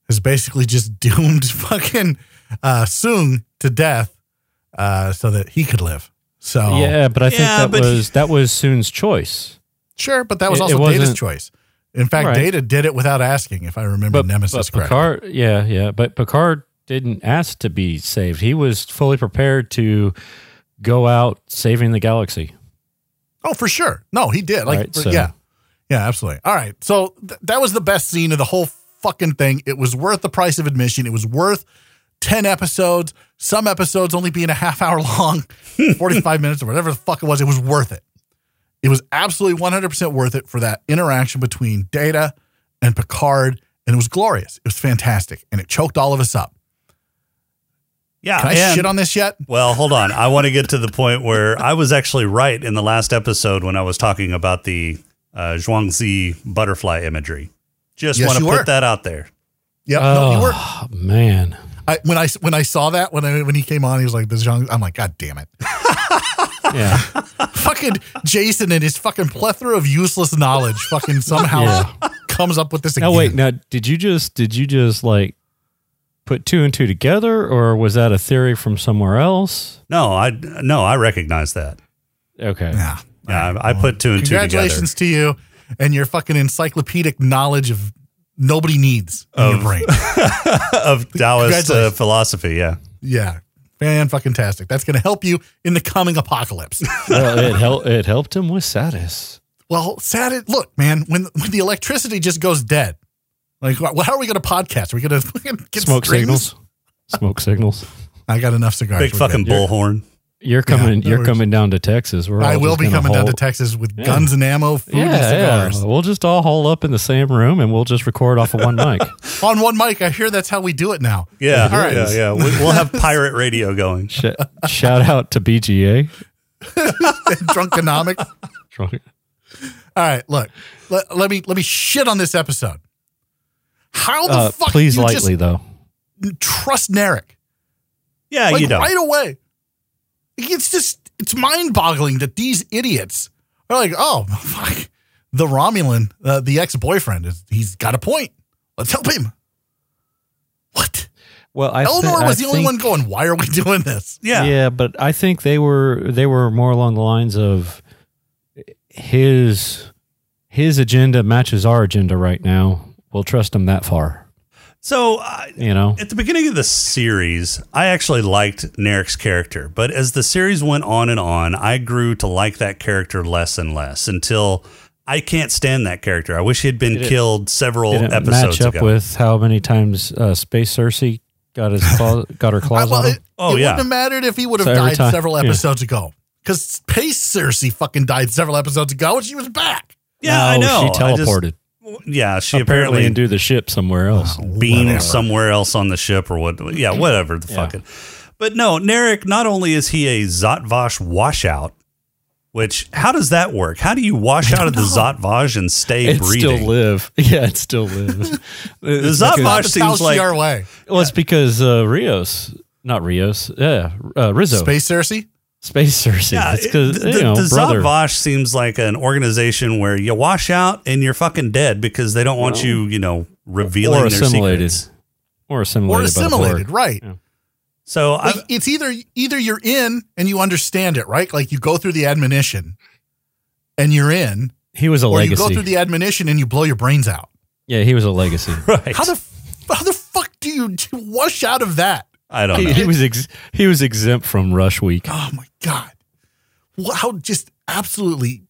Speaker 5: has basically just <laughs> doomed fucking uh, Soong to death uh, so that he could live. So
Speaker 6: Yeah, but I think
Speaker 4: Yeah,
Speaker 6: that
Speaker 4: but-
Speaker 6: was that was Soon's choice.
Speaker 5: sure, but that was
Speaker 6: It-
Speaker 5: also
Speaker 6: it
Speaker 5: Data's
Speaker 6: wasn't-
Speaker 5: choice. In fact,
Speaker 6: Right.
Speaker 5: Data did it without asking, if I remember
Speaker 6: But,
Speaker 5: Nemesis
Speaker 6: but
Speaker 5: correctly.
Speaker 6: Picard, yeah, yeah, but Picard didn't ask to be saved. He was fully prepared to go out saving the galaxy.
Speaker 5: Oh, for sure. No, he did. Like,
Speaker 6: Right,
Speaker 5: for-
Speaker 6: so-
Speaker 5: yeah, yeah, absolutely. All right. So th- that was the best scene of the whole fucking thing. It was worth the price of admission. It was worth ten episodes. Some episodes only being a half hour <laughs> long, forty five minutes or whatever the fuck it was. It was worth it. It was absolutely one hundred percent worth it for that interaction between Data and Picard, and it was glorious. It was fantastic, and it choked all of us up.
Speaker 4: Yeah.
Speaker 5: Can I
Speaker 4: and-
Speaker 5: shit on this yet?
Speaker 4: Well, hold on. I want to get to the point where I was actually right in the last episode when I was talking about the uh, Zhuangzi butterfly imagery. Just
Speaker 5: Yes,
Speaker 4: want to
Speaker 5: you
Speaker 4: put
Speaker 5: were.
Speaker 4: that out there.
Speaker 5: Yeah, no, you were.
Speaker 6: Oh,
Speaker 5: <laughs>
Speaker 6: man.
Speaker 5: I, when I when I saw that when I, when he came on, he was like, "This young." I'm like, "God damn it."
Speaker 6: Yeah.
Speaker 5: fucking Jason and his fucking plethora of useless knowledge fucking somehow comes up with this again.
Speaker 6: now wait, now did you just did you just like put two and two together or was that a theory from somewhere else?
Speaker 4: No, I no, I recognize that.
Speaker 5: <laughs>
Speaker 6: Okay.
Speaker 5: Yeah.
Speaker 4: Yeah, I, I put two and two together.
Speaker 5: Congratulations to you and your fucking encyclopedic knowledge of nobody needs in your
Speaker 6: <laughs>
Speaker 5: brain.
Speaker 4: <laughs>
Speaker 5: <laughs>
Speaker 4: of Taoist uh,
Speaker 5: Congratulations.
Speaker 4: philosophy. Yeah.
Speaker 5: yeah. Fan fucking tastic. That's going to help you in the coming
Speaker 6: <laughs>
Speaker 5: apocalypse.
Speaker 6: well, it helped it helped him with Satis.
Speaker 5: well, sad it. Look, man, when, when the electricity just goes dead, like, wh- how are we going to podcast? Are we going to <laughs> fucking get
Speaker 6: Smoke
Speaker 5: strings?
Speaker 6: signals. Smoke signals.
Speaker 5: I got enough cigars.
Speaker 4: Big
Speaker 5: We're
Speaker 4: fucking
Speaker 5: good.
Speaker 4: bullhorn.
Speaker 6: You're coming.
Speaker 5: no
Speaker 6: you're
Speaker 5: worries.
Speaker 6: coming down to Texas. We're
Speaker 5: I
Speaker 6: all
Speaker 5: will
Speaker 6: just
Speaker 5: be
Speaker 6: gonna
Speaker 5: coming down to
Speaker 6: hole-
Speaker 5: Texas with
Speaker 6: Yeah.
Speaker 5: guns and ammo, food and
Speaker 6: Yeah,
Speaker 5: cigars.
Speaker 6: yeah. We'll just all hole up in the same room and we'll just record
Speaker 5: <laughs>
Speaker 6: off of one mic.
Speaker 5: on one mic. I hear that's how we do it
Speaker 6: <laughs>
Speaker 5: now.
Speaker 4: Yeah.
Speaker 5: All right.
Speaker 4: Yeah. Yeah. We, we'll have pirate radio going.
Speaker 6: Sh- shout out to BGA.
Speaker 5: Drunkenomics. All right. Look, let, let me let me shit on this episode. How the
Speaker 6: Uh,
Speaker 5: fuck
Speaker 6: please
Speaker 5: you
Speaker 6: lightly Uh, though.
Speaker 5: just trust Narek?
Speaker 4: Yeah.
Speaker 5: Like
Speaker 4: you don't.
Speaker 5: right away. It's just it's mind boggling that these idiots are like, oh <laughs> fuck, the Romulan, uh, the ex boyfriend is he's got a point. Let's help him. What?
Speaker 6: Well, I
Speaker 5: Eleanor was the only one going. Why are we <laughs> doing this?
Speaker 4: yeah.
Speaker 6: yeah, but I think they were they were more along the lines of his his agenda matches our agenda right now. We'll trust him that far.
Speaker 4: So, uh,
Speaker 6: You know,
Speaker 4: at the beginning of the series, I actually liked Narek's character, but as the series went on and on, I grew to like that character less and less until I can't stand that character. I wish he had been
Speaker 6: Did it-
Speaker 4: killed several
Speaker 6: didn't
Speaker 4: episodes
Speaker 6: match up
Speaker 4: ago.
Speaker 6: with how many times uh, Space Cersei got his claw, got her
Speaker 5: I,
Speaker 6: claws
Speaker 5: well,
Speaker 6: on him.
Speaker 5: it,
Speaker 4: Oh,
Speaker 5: it
Speaker 4: yeah.
Speaker 5: wouldn't have mattered if he would have
Speaker 6: So every
Speaker 5: died
Speaker 6: time-
Speaker 5: several
Speaker 6: yeah.
Speaker 5: episodes ago. Because Pace Cersei fucking died several episodes ago and she was back.
Speaker 4: yeah,
Speaker 6: No,
Speaker 4: I know.
Speaker 6: She
Speaker 4: I just-
Speaker 6: teleported
Speaker 4: yeah, she
Speaker 6: apparently
Speaker 4: apparently,
Speaker 6: into the ship somewhere else.
Speaker 4: beam
Speaker 5: Whatever.
Speaker 4: somewhere else on the ship or what yeah whatever the fucking but no Narek not only is he a Zotvash washout which how does that work how do you wash out of the Zotvash and stay
Speaker 6: It
Speaker 4: breathing
Speaker 6: still live. <laughs> Yeah, it still lives.
Speaker 4: the
Speaker 6: It's
Speaker 4: Zotvash
Speaker 5: The
Speaker 4: seems
Speaker 5: South
Speaker 4: like
Speaker 5: CR way.
Speaker 6: Well, it's because uh, Rios, not Rios, yeah, uh, Rizzo, Space,
Speaker 5: Space Cersei?
Speaker 6: Cersei.
Speaker 4: yeah,
Speaker 6: it's
Speaker 4: it-
Speaker 6: because
Speaker 4: the,
Speaker 6: you know,
Speaker 4: the
Speaker 6: brother.
Speaker 4: Zotvash seems like an organization where you wash out and you're fucking dead because they don't want you you know revealing
Speaker 6: or
Speaker 4: their
Speaker 6: assimilated,
Speaker 4: secrets
Speaker 6: or assimilated,
Speaker 5: Or
Speaker 6: By the
Speaker 5: assimilated,
Speaker 6: Borg.
Speaker 5: right.
Speaker 4: so I,
Speaker 5: Like, it's either either you're in and you understand it, right? Like you go through the admonition and you're in,
Speaker 6: He was a
Speaker 5: or
Speaker 6: legacy.
Speaker 5: you go through the admonition and you blow your brains out.
Speaker 6: yeah, he was a legacy.
Speaker 4: right
Speaker 5: How the f- how the fuck do you do you wash out of that?
Speaker 4: I don't know
Speaker 6: he, he was ex- he was exempt from Rush Week.
Speaker 5: Oh my god! Wow, just absolutely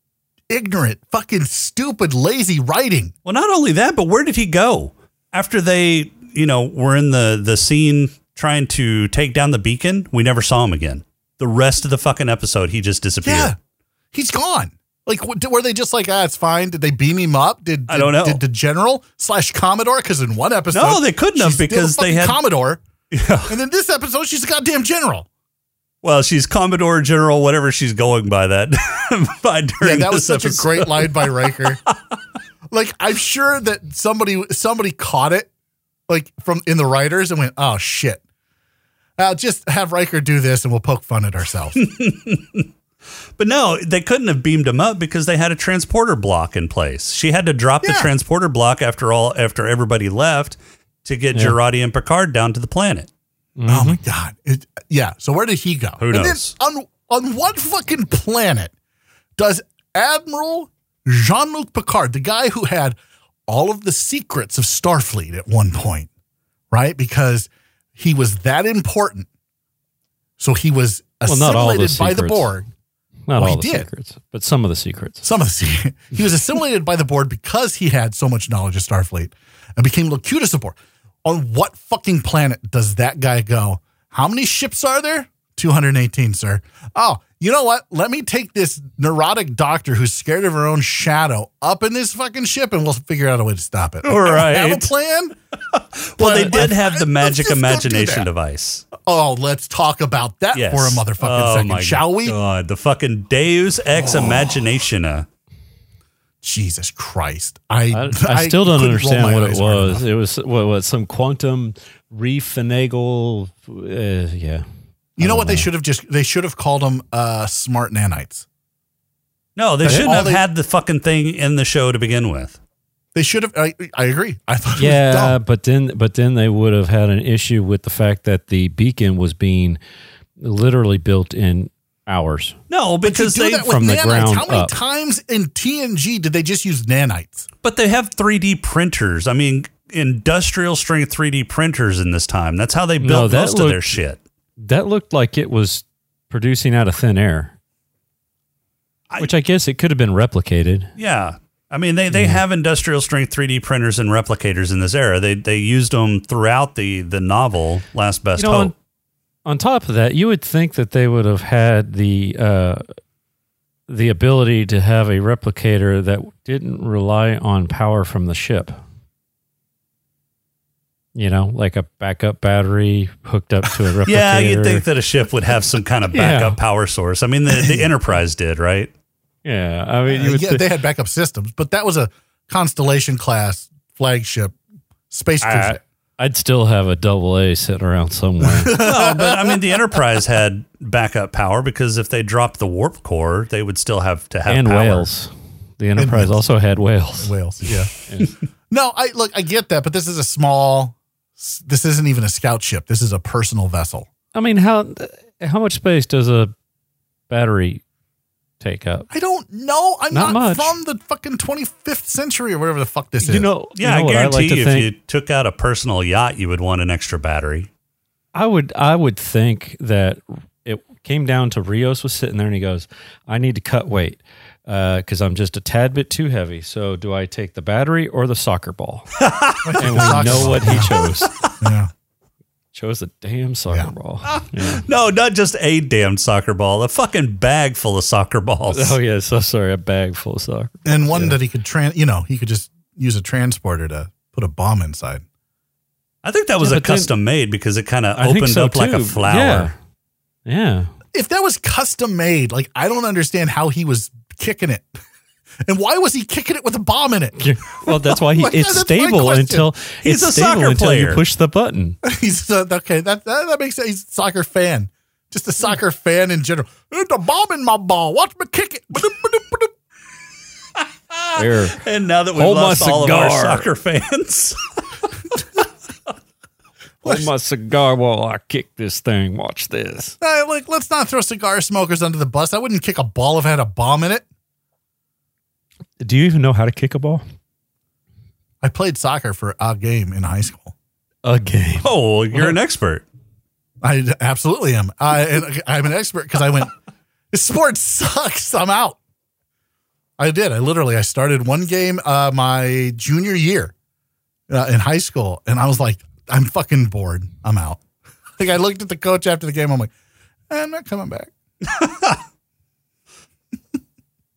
Speaker 5: ignorant, fucking stupid, lazy writing.
Speaker 4: Well, not only that, but where did he go after they, you know, were in the the scene trying to take down the beacon? We never saw him again. The rest of the fucking episode, he just disappeared.
Speaker 5: Yeah, he's gone. Like, what, were they just like, ah, it's fine? Did they beam him up? Did,
Speaker 4: I don't know.
Speaker 5: Did the general slash commodore? Because in one episode,
Speaker 4: No, they couldn't have
Speaker 5: she's still
Speaker 4: because
Speaker 5: a
Speaker 4: they
Speaker 5: fucking
Speaker 4: had-
Speaker 5: commodore.
Speaker 4: <laughs> Yeah.
Speaker 5: And then this episode, she's a goddamn general.
Speaker 4: Well, she's Commodore General, whatever she's going by that. <laughs> by
Speaker 5: Yeah,
Speaker 4: during
Speaker 5: that
Speaker 4: this
Speaker 5: was such
Speaker 4: episode.
Speaker 5: a great
Speaker 4: <laughs>
Speaker 5: line by Riker. like, I'm sure that somebody somebody caught it, like from in the writers, and went, "Oh shit." I'll just have Riker do this, and we'll poke fun at ourselves.
Speaker 4: But no, they couldn't have beamed him up because they had a transporter block in place. She had to drop the
Speaker 5: Yeah.
Speaker 4: transporter block after all after everybody left to get Girardi and Picard down to the planet.
Speaker 5: Oh
Speaker 6: Mm-hmm.
Speaker 5: my god! It, yeah. So where did he go?
Speaker 4: Who
Speaker 5: and
Speaker 4: knows?
Speaker 5: Then on on what fucking planet does Admiral Jean Luc Picard, the guy who had all of the secrets of Starfleet at one point, right? Because he was that important. So he was
Speaker 6: Well,
Speaker 5: assimilated
Speaker 6: not all the
Speaker 5: by the
Speaker 6: secrets.
Speaker 5: Borg.
Speaker 6: Not
Speaker 5: Well,
Speaker 6: all
Speaker 5: he
Speaker 6: the
Speaker 5: did.
Speaker 6: secrets, but some of the secrets.
Speaker 5: Some of the se- he was assimilated by the Borg because he had so much knowledge of Starfleet and became Locutus of Borg. On what fucking planet does that guy go? How many ships are there? 218, sir. Oh, you know what? Let me take this neurotic doctor who's scared of her own shadow up in this fucking ship and we'll figure out a way to
Speaker 4: <laughs>
Speaker 5: stop it. Like, I don't Have
Speaker 4: Right.
Speaker 5: a plan?
Speaker 4: <laughs> Well, they
Speaker 5: But-
Speaker 4: did have the
Speaker 5: <laughs> Let's
Speaker 4: magic
Speaker 5: just not do
Speaker 4: imagination
Speaker 5: that.
Speaker 4: device.
Speaker 5: Oh, let's talk about that
Speaker 4: yes.
Speaker 5: for a motherfucking
Speaker 4: Oh
Speaker 5: second,
Speaker 4: my
Speaker 5: shall we? Oh.
Speaker 4: God, the fucking Deus Ex Imaginationa.
Speaker 5: Jesus Christ. I, <laughs>
Speaker 6: I, I still don't
Speaker 5: couldn't roll
Speaker 6: understand
Speaker 5: my
Speaker 6: what it
Speaker 5: eyes hard
Speaker 6: was.
Speaker 5: enough.
Speaker 6: It was what, what some quantum refinagle. Uh, yeah,
Speaker 5: You know what
Speaker 6: Oh,
Speaker 5: they should have just they should have called them uh, smart nanites.
Speaker 4: No, they
Speaker 5: That's
Speaker 4: shouldn't
Speaker 5: all
Speaker 4: have
Speaker 5: they-
Speaker 4: had the fucking thing in the show to begin with.
Speaker 5: They should have. I, I agree. I thought it was
Speaker 6: yeah.
Speaker 5: dumb.
Speaker 6: But then, but then they would have had an issue with the fact that the beacon was being literally built in hours.
Speaker 4: No, because
Speaker 5: to do
Speaker 4: they
Speaker 5: that with
Speaker 6: from the
Speaker 5: nanites,
Speaker 6: ground
Speaker 5: how many
Speaker 6: up.
Speaker 5: times in TNG did they just use nanites?
Speaker 4: but they have 3D printers. I mean, industrial strength 3D printers in this time. That's how they
Speaker 6: No,
Speaker 4: built
Speaker 6: that
Speaker 4: most of their
Speaker 6: looked-
Speaker 4: shit.
Speaker 6: That looked like it was producing out of thin air,
Speaker 4: I-
Speaker 6: which I guess it could have been replicated.
Speaker 4: Yeah. I mean, they, they have industrial strength 3D printers and replicators in this era. They they used them throughout the, the novel Last Best
Speaker 6: You know,
Speaker 4: Hope.
Speaker 6: On top of that, you would think that they would have had the uh, the ability to have a replicator that didn't rely on power from the ship. You know, like a backup battery hooked up
Speaker 4: <laughs>
Speaker 6: to a replicator.
Speaker 4: Yeah, you'd think that a ship would have some kind of
Speaker 6: Yeah.
Speaker 4: backup power source. I mean, the, <laughs> the Enterprise did, right?
Speaker 6: Yeah, I mean, you
Speaker 5: Uh,
Speaker 6: would
Speaker 5: yeah,
Speaker 6: thi-
Speaker 5: they had backup systems, but that was a Constellation class flagship space
Speaker 6: I,
Speaker 5: cruiser.
Speaker 6: I'd still have a double A sitting around somewhere.
Speaker 4: Well, but I mean, the Enterprise had backup power because if they dropped the warp core, they would still have to <laughs> have
Speaker 6: and
Speaker 4: power.
Speaker 6: whales. The Enterprise
Speaker 5: whales.
Speaker 6: also had whales.
Speaker 5: Whales.
Speaker 6: <laughs>
Speaker 5: Yeah. no, I look. I get that, but this is a small. s- This isn't even a scout ship. This is a personal vessel.
Speaker 6: I mean, how how much space does a battery take up?
Speaker 5: I don't know. I'm not,
Speaker 6: Not much.
Speaker 5: from the fucking 25th century or whatever the fuck this is.
Speaker 6: You know,
Speaker 4: Yeah,
Speaker 6: you know what
Speaker 4: I
Speaker 6: I
Speaker 4: guarantee
Speaker 6: like to
Speaker 4: if
Speaker 6: think?
Speaker 4: you took out a personal yacht, you would want an extra battery.
Speaker 6: I would I would think that it came down to Rios was sitting there and he goes, I need to cut weight because I'm just a tad bit too heavy. So do I take the battery or the soccer
Speaker 4: <laughs>
Speaker 6: ball? and we know what he chose.
Speaker 5: <laughs> Yeah.
Speaker 6: Chose the damn soccer
Speaker 5: Yeah.
Speaker 4: <laughs>
Speaker 6: ball. Yeah.
Speaker 4: No, not just a damn soccer ball, a fucking bag full of soccer balls.
Speaker 6: Oh yeah, so sorry, a bag full of soccer.
Speaker 5: And one that he could, tran- you know, he could just use a transporter to put a bomb inside.
Speaker 4: I think that was
Speaker 6: Yeah,
Speaker 4: a
Speaker 6: but then-
Speaker 4: custom made because it kind of
Speaker 6: I think
Speaker 4: opened
Speaker 6: so
Speaker 4: up like a
Speaker 6: too.
Speaker 4: flower.
Speaker 6: Yeah. Yeah.
Speaker 5: If that was custom made, like, I don't understand how he was kicking it. <laughs> And why was he kicking it with a bomb in it? <laughs>
Speaker 4: <laughs>
Speaker 6: Well, that's why he,
Speaker 5: That's
Speaker 6: it's
Speaker 5: my
Speaker 6: stable
Speaker 5: question.
Speaker 6: until
Speaker 4: He's
Speaker 6: it's
Speaker 4: a
Speaker 6: stable
Speaker 4: soccer
Speaker 6: until
Speaker 4: player.
Speaker 6: you push
Speaker 4: <laughs>
Speaker 6: the button.
Speaker 5: He's uh, okay. That, that that makes sense. He's a soccer fan, just a
Speaker 6: Hmm.
Speaker 5: soccer fan in general. It's a bomb in my ball. Watch me kick it. <laughs> Ba-doop, ba-doop, ba-doop.
Speaker 6: There.
Speaker 4: And now that we've
Speaker 6: Hold my
Speaker 4: lost all of our
Speaker 6: cigar.
Speaker 4: soccer <laughs>
Speaker 6: <laughs>
Speaker 4: fans,
Speaker 6: Hold my cigar while I kick this thing. Watch this.
Speaker 5: Uh, like, let's not throw cigar smokers under the bus. I wouldn't kick a ball if it had a bomb in it.
Speaker 6: Do you even know how to kick a ball?
Speaker 5: I played soccer for a game in high school.
Speaker 6: A game.
Speaker 4: oh, you're an expert.
Speaker 5: I absolutely am. I and I'm an expert because I went. <laughs> This sport sucks. I'm out. I did. I literally I started one game uh, my junior year uh, in high school, and I was like, I'm fucking bored. I'm out. <laughs> Like I looked at the coach after the game. I'm like, "Eh, I'm not coming back.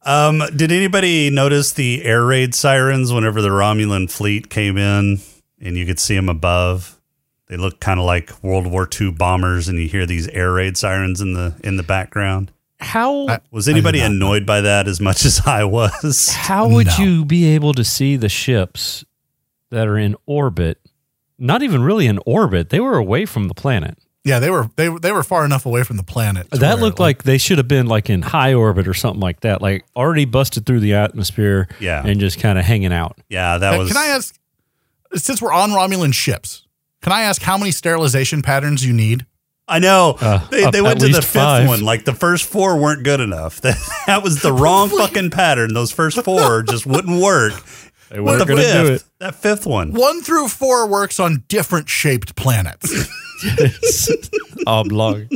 Speaker 4: Um, did anybody notice the air raid sirens whenever the Romulan fleet came in and you could see them above? They look kind of like World War II bombers, and you hear these air raid sirens in the in the background.
Speaker 6: How
Speaker 5: I-
Speaker 4: Was anybody
Speaker 5: I did not.
Speaker 4: annoyed by that as much as I was?
Speaker 6: how would
Speaker 5: No.
Speaker 6: you be able to see the ships that are in orbit? Not even really in orbit. They were away from the planet.
Speaker 5: Yeah, they were they were they were far enough away from the planet. to
Speaker 6: that
Speaker 5: where
Speaker 6: looked like they should have been like in high orbit or something like that. Like already busted through the atmosphere
Speaker 4: Yeah.
Speaker 6: and just kind of hanging out.
Speaker 4: Yeah, that
Speaker 5: Uh,
Speaker 4: was.
Speaker 5: Can I ask? Since we're on Romulan ships, can I ask how many sterilization patterns you need?
Speaker 4: I know
Speaker 6: Uh,
Speaker 4: they,
Speaker 6: up
Speaker 4: they went
Speaker 6: at
Speaker 4: to the
Speaker 6: least
Speaker 4: fifth
Speaker 6: five.
Speaker 4: one. Like the first four weren't good enough. <laughs> That, that was the wrong fucking pattern. Those first
Speaker 5: <laughs>
Speaker 4: four just wouldn't work.
Speaker 6: They
Speaker 4: But
Speaker 6: weren't
Speaker 4: the
Speaker 6: going to do it. <laughs>
Speaker 4: fifth, that fifth one.
Speaker 5: One through four works on different shaped planets.
Speaker 6: Oblong.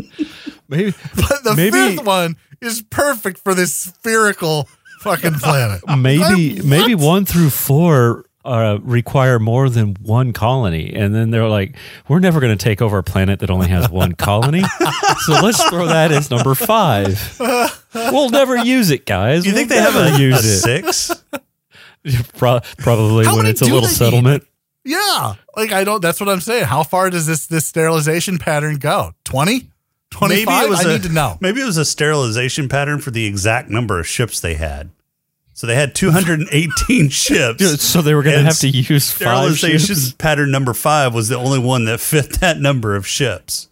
Speaker 6: Maybe
Speaker 5: But the
Speaker 6: Maybe-
Speaker 5: fifth one is perfect for this spherical fucking planet.
Speaker 6: Uh, maybe
Speaker 5: I-
Speaker 6: maybe
Speaker 5: what?
Speaker 6: one through four uh, require more than one colony, and then they're like, we're never going to take over a planet that only has
Speaker 5: <laughs>
Speaker 6: one colony, so let's throw that as number five. We'll never use it, guys.
Speaker 4: Do you
Speaker 6: We'll
Speaker 4: think they have a,
Speaker 6: never
Speaker 4: a
Speaker 6: use
Speaker 5: <laughs>
Speaker 6: it?
Speaker 4: six?
Speaker 6: <laughs> Pro- probably
Speaker 5: How
Speaker 6: when
Speaker 5: many
Speaker 6: it's a
Speaker 5: do
Speaker 6: little
Speaker 5: they need?
Speaker 6: settlement.
Speaker 5: Yeah. Like I don't that's what I'm saying. How far does this this sterilization pattern go? 20? 25? I
Speaker 4: a-
Speaker 5: need to know.
Speaker 4: Maybe it was a sterilization pattern for the exact number of ships they had. So they had
Speaker 6: <laughs>
Speaker 4: 218 ships.
Speaker 6: Dude, So they were going to
Speaker 4: And
Speaker 6: have to use five
Speaker 4: sterilization
Speaker 6: ships.
Speaker 4: pattern number five was the only one that fit that number of ships.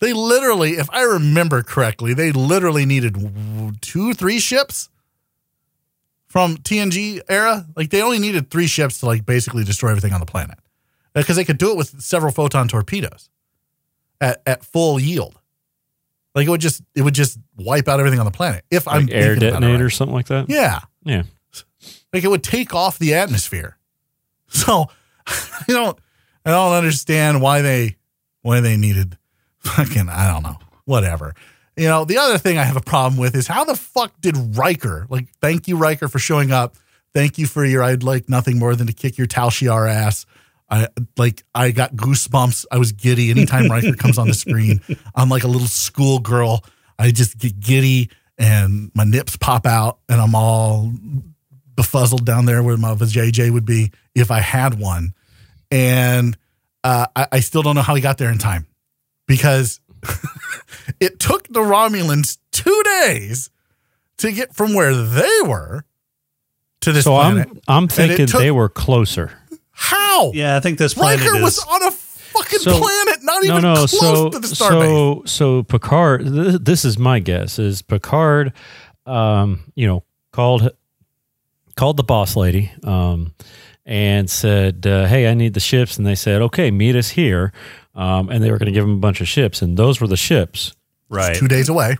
Speaker 5: They literally, if I remember correctly, they literally needed w- two, three ships from TNG era. Like they only needed three ships to like basically destroy everything on the planet because they could do it with several photon torpedoes at, at full yield. Like it would just it would just wipe out everything on the planet. If I'm
Speaker 6: Like air
Speaker 5: thinking about it
Speaker 6: detonator or
Speaker 5: right.
Speaker 6: something like that.
Speaker 5: yeah,
Speaker 6: yeah.
Speaker 5: like it would take off the atmosphere. <laughs> So I don't I don't understand why they why they needed fucking I don't know whatever. You know the other thing I have a problem with is how the fuck did Riker like thank you Riker for showing up thank you for your I'd like nothing more than to kick your Tal Shiar ass. I like I got goosebumps. I was giddy anytime Riker comes on the screen. I'm like a little schoolgirl. I just get giddy and my nips pop out and I'm all befuzzled down there where my JJ would be if I had one. And uh, I, I still don't know how he got there in time because <laughs> it took the Romulans two days to get from where they were to this
Speaker 6: So
Speaker 5: planet.
Speaker 6: I'm I'm thinking
Speaker 5: took-
Speaker 6: they were closer.
Speaker 5: how?
Speaker 4: Yeah, I think this planet
Speaker 5: Riker
Speaker 4: is.
Speaker 5: was on a fucking
Speaker 6: So-
Speaker 5: planet not even close to the starbase.
Speaker 6: so so Picard. Th- this is my guess: is Picard, um, you know, called called the boss lady, um, and said, uh, "Hey, I need the ships," and they said, "Okay, meet us here," um, and they were going to give him a bunch of ships, and those were the ships.
Speaker 4: right.
Speaker 5: two days away.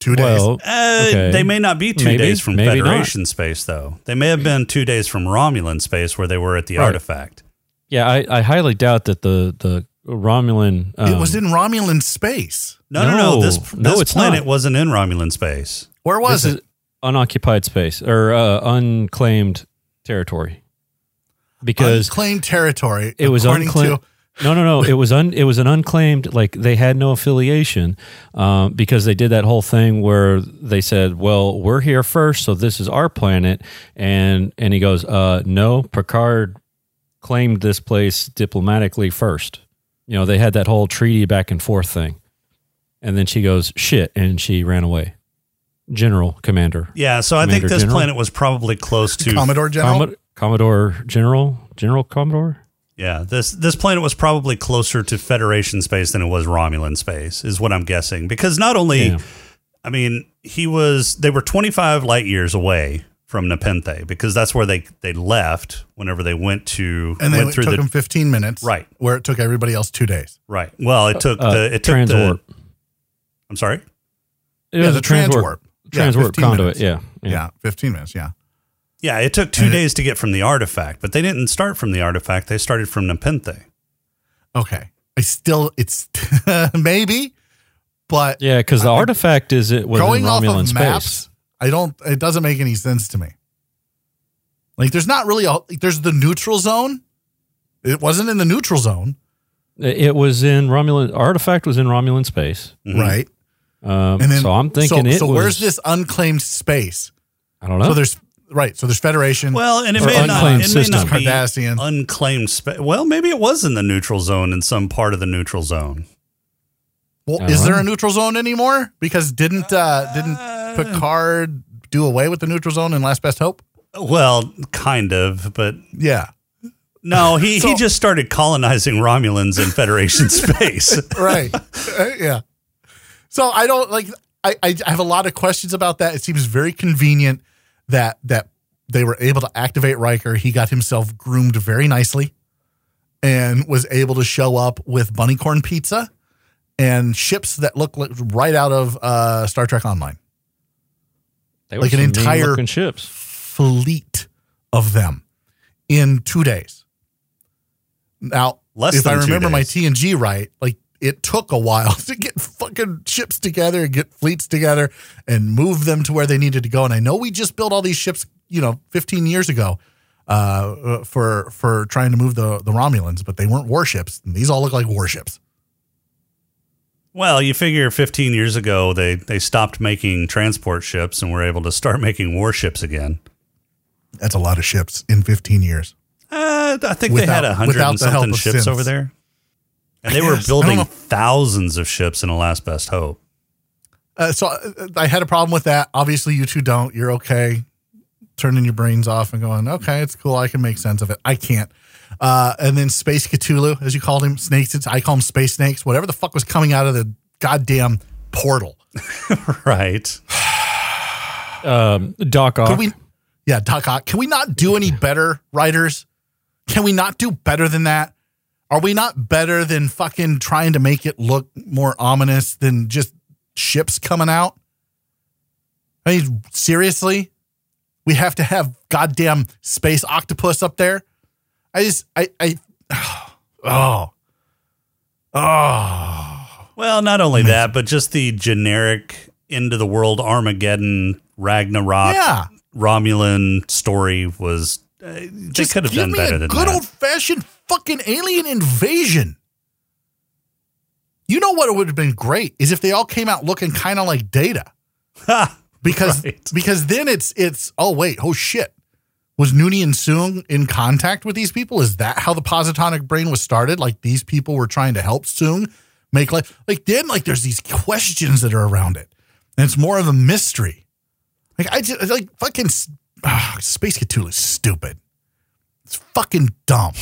Speaker 5: two days.
Speaker 6: Well,
Speaker 4: Uh,
Speaker 6: okay.
Speaker 4: They may not be two
Speaker 6: Maybe,
Speaker 4: days from
Speaker 6: maybe not.
Speaker 4: Federation space, though. They may have been two days from Romulan space where they were at the
Speaker 6: Right.
Speaker 4: artifact.
Speaker 6: Yeah, I, I highly doubt that the the Romulan. Um,
Speaker 5: it was in Romulan space.
Speaker 4: No, no, no.
Speaker 6: No.
Speaker 4: This,
Speaker 6: No,
Speaker 4: this
Speaker 6: it's
Speaker 4: planet
Speaker 6: not.
Speaker 4: wasn't in Romulan space.
Speaker 5: Where was
Speaker 6: this
Speaker 5: it?
Speaker 6: is unoccupied space or uh, unclaimed territory because
Speaker 5: unclaimed territory.
Speaker 6: it was
Speaker 5: according
Speaker 6: unclaimed.
Speaker 5: to-
Speaker 6: No, no, no. It was un. It was an unclaimed. Like they had no affiliation, um, because they did that whole thing where they said, "Well, we're here first, so this is our planet." And and he goes, uh, "No, Picard claimed this place diplomatically first. You know, they had that whole treaty back and forth thing, and then she goes, "Shit," and she ran away. General Commander
Speaker 4: Yeah, so I
Speaker 6: Commander
Speaker 4: think this
Speaker 6: General?
Speaker 4: planet was probably close to.
Speaker 5: Commodore General.
Speaker 6: Commo- Commodore General General Commodore.
Speaker 4: Yeah, this this planet was probably closer to Federation space than it was Romulan space, is what I'm guessing. Because not only,
Speaker 6: Yeah.
Speaker 4: I mean, he was they were 25 light years away from Nepenthe because that's where they they left whenever they went to
Speaker 5: and they
Speaker 4: went
Speaker 5: it
Speaker 4: through
Speaker 5: took
Speaker 4: the
Speaker 5: them 15 minutes.
Speaker 4: Right.
Speaker 5: Where it took everybody else two days.
Speaker 4: right. Well, it took
Speaker 6: Uh,
Speaker 4: the it took
Speaker 6: transwarp.
Speaker 4: the I'm sorry.
Speaker 6: It was
Speaker 5: the
Speaker 6: a transwarp.
Speaker 5: Yeah,
Speaker 6: Transwarp
Speaker 5: 15
Speaker 6: conduit.
Speaker 5: minutes.
Speaker 6: Yeah,
Speaker 5: yeah. 15 minutes. Yeah.
Speaker 4: Yeah, it took 2
Speaker 5: And it-
Speaker 4: days to get from the artifact, but they didn't start from the artifact. They started from Nepenthe.
Speaker 5: Okay. I still, it's <laughs> maybe, but
Speaker 6: Yeah, because the
Speaker 5: I-
Speaker 6: artifact is it was
Speaker 5: going
Speaker 6: in
Speaker 5: off
Speaker 6: Romulan
Speaker 5: of
Speaker 6: space.
Speaker 5: maps, I don't, it doesn't make any sense to me. Like, there's not really a, like, there's the neutral zone. It wasn't in the neutral zone,
Speaker 6: It was in Romulan. Artifact was in Romulan space.
Speaker 4: Mhm.
Speaker 5: right?
Speaker 6: Um, Mm-hmm. so I'm thinking
Speaker 5: so,
Speaker 6: it
Speaker 5: so
Speaker 6: was.
Speaker 5: where's this unclaimed space?
Speaker 6: I don't know.
Speaker 5: So there's, right. So there's Federation.
Speaker 4: Well, and it
Speaker 6: Or
Speaker 4: may not,
Speaker 6: unclaimed
Speaker 4: it may
Speaker 6: system.
Speaker 4: not be
Speaker 5: Cardassian.
Speaker 4: unclaimed space. Well, maybe it was in the neutral zone in some part of the neutral zone.
Speaker 5: Well,
Speaker 6: All
Speaker 5: is there
Speaker 6: right.
Speaker 5: a neutral zone anymore? Because didn't uh, didn't Picard do away with the neutral zone in Last Best Hope?
Speaker 4: Well, kind of, but
Speaker 5: Yeah,
Speaker 4: no, he, he
Speaker 5: <laughs> So-
Speaker 4: just started colonizing Romulans in
Speaker 5: <laughs>
Speaker 4: Federation space.
Speaker 5: right. <laughs> Uh, yeah. So I don't like. I, I I have a lot of questions about that. It seems very convenient that that they were able to activate Riker. He got himself groomed very nicely, and was able to show up with bunny corn pizza and ships that look like right out of uh, Star Trek Online.
Speaker 6: They
Speaker 5: like
Speaker 6: were
Speaker 5: an
Speaker 6: some mean-looking
Speaker 5: entire-
Speaker 6: ships.
Speaker 5: fleet of them in two days. Now,
Speaker 4: Less
Speaker 5: if
Speaker 4: than
Speaker 5: I
Speaker 4: two
Speaker 5: remember my
Speaker 4: days.
Speaker 5: T and G right, like it took a while <laughs> to get fucking ships together and get fleets together and move them to where they needed to go. And I know we just built all these ships, you know, 15 years ago uh, for for trying to move the the Romulans, but they weren't warships. And these all look like warships.
Speaker 4: well, you figure 15 years ago they they stopped making transport ships and were able to start making warships again.
Speaker 5: That's a lot of ships in 15 years.
Speaker 4: Uh, I think they
Speaker 5: Without-
Speaker 4: had a hundred
Speaker 5: without
Speaker 4: and
Speaker 5: the help
Speaker 4: something
Speaker 5: of
Speaker 4: ships
Speaker 5: synths.
Speaker 4: over there, and they
Speaker 5: I
Speaker 4: were
Speaker 5: guess. I don't
Speaker 4: building
Speaker 5: know.
Speaker 4: thousands of ships in the Last Best
Speaker 5: <laughs>
Speaker 4: Hope.
Speaker 5: Uh, so uh, I had a problem with that. Obviously, you two don't. You're okay turning your brains off and going, okay, it's cool. I can make sense of it. I can't. Uh, and then Space Cthulhu, as you called him, snakes. It's, I call him Space Snakes. Whatever the fuck was coming out of the goddamn portal.
Speaker 4: Right?
Speaker 6: Um, Doc Ock.
Speaker 5: Could we? Yeah, Doc Ock. Can we not do any better, writers? Can we not do better than that? Are we not better than fucking trying to make it look more ominous than just ships coming out? I mean, seriously, we have to have goddamn space octopus up there. I just, I, I, <sighs> oh, oh,
Speaker 4: Well, not only that, but just the generic end of the world Armageddon, Ragnarok,
Speaker 5: yeah.
Speaker 4: Romulan story was. Uh, they
Speaker 5: Just
Speaker 4: could have
Speaker 5: give
Speaker 4: done
Speaker 5: me
Speaker 4: better
Speaker 5: a
Speaker 4: than
Speaker 5: good
Speaker 4: that.
Speaker 5: old fashioned fucking alien invasion. You know what would have been great is if they all came out looking kind of like Data,
Speaker 4: Ha!
Speaker 5: because
Speaker 4: Right.
Speaker 5: because then it's it's oh wait oh shit was Noonie and Soong in contact with these people? Is that how the positonic brain was started? Like these people were trying to help Soong make life like then like there's these questions that are around it, and it's more of a mystery. Like I just like fucking s- ah, Space Cthulhu is stupid. It's fucking dumb.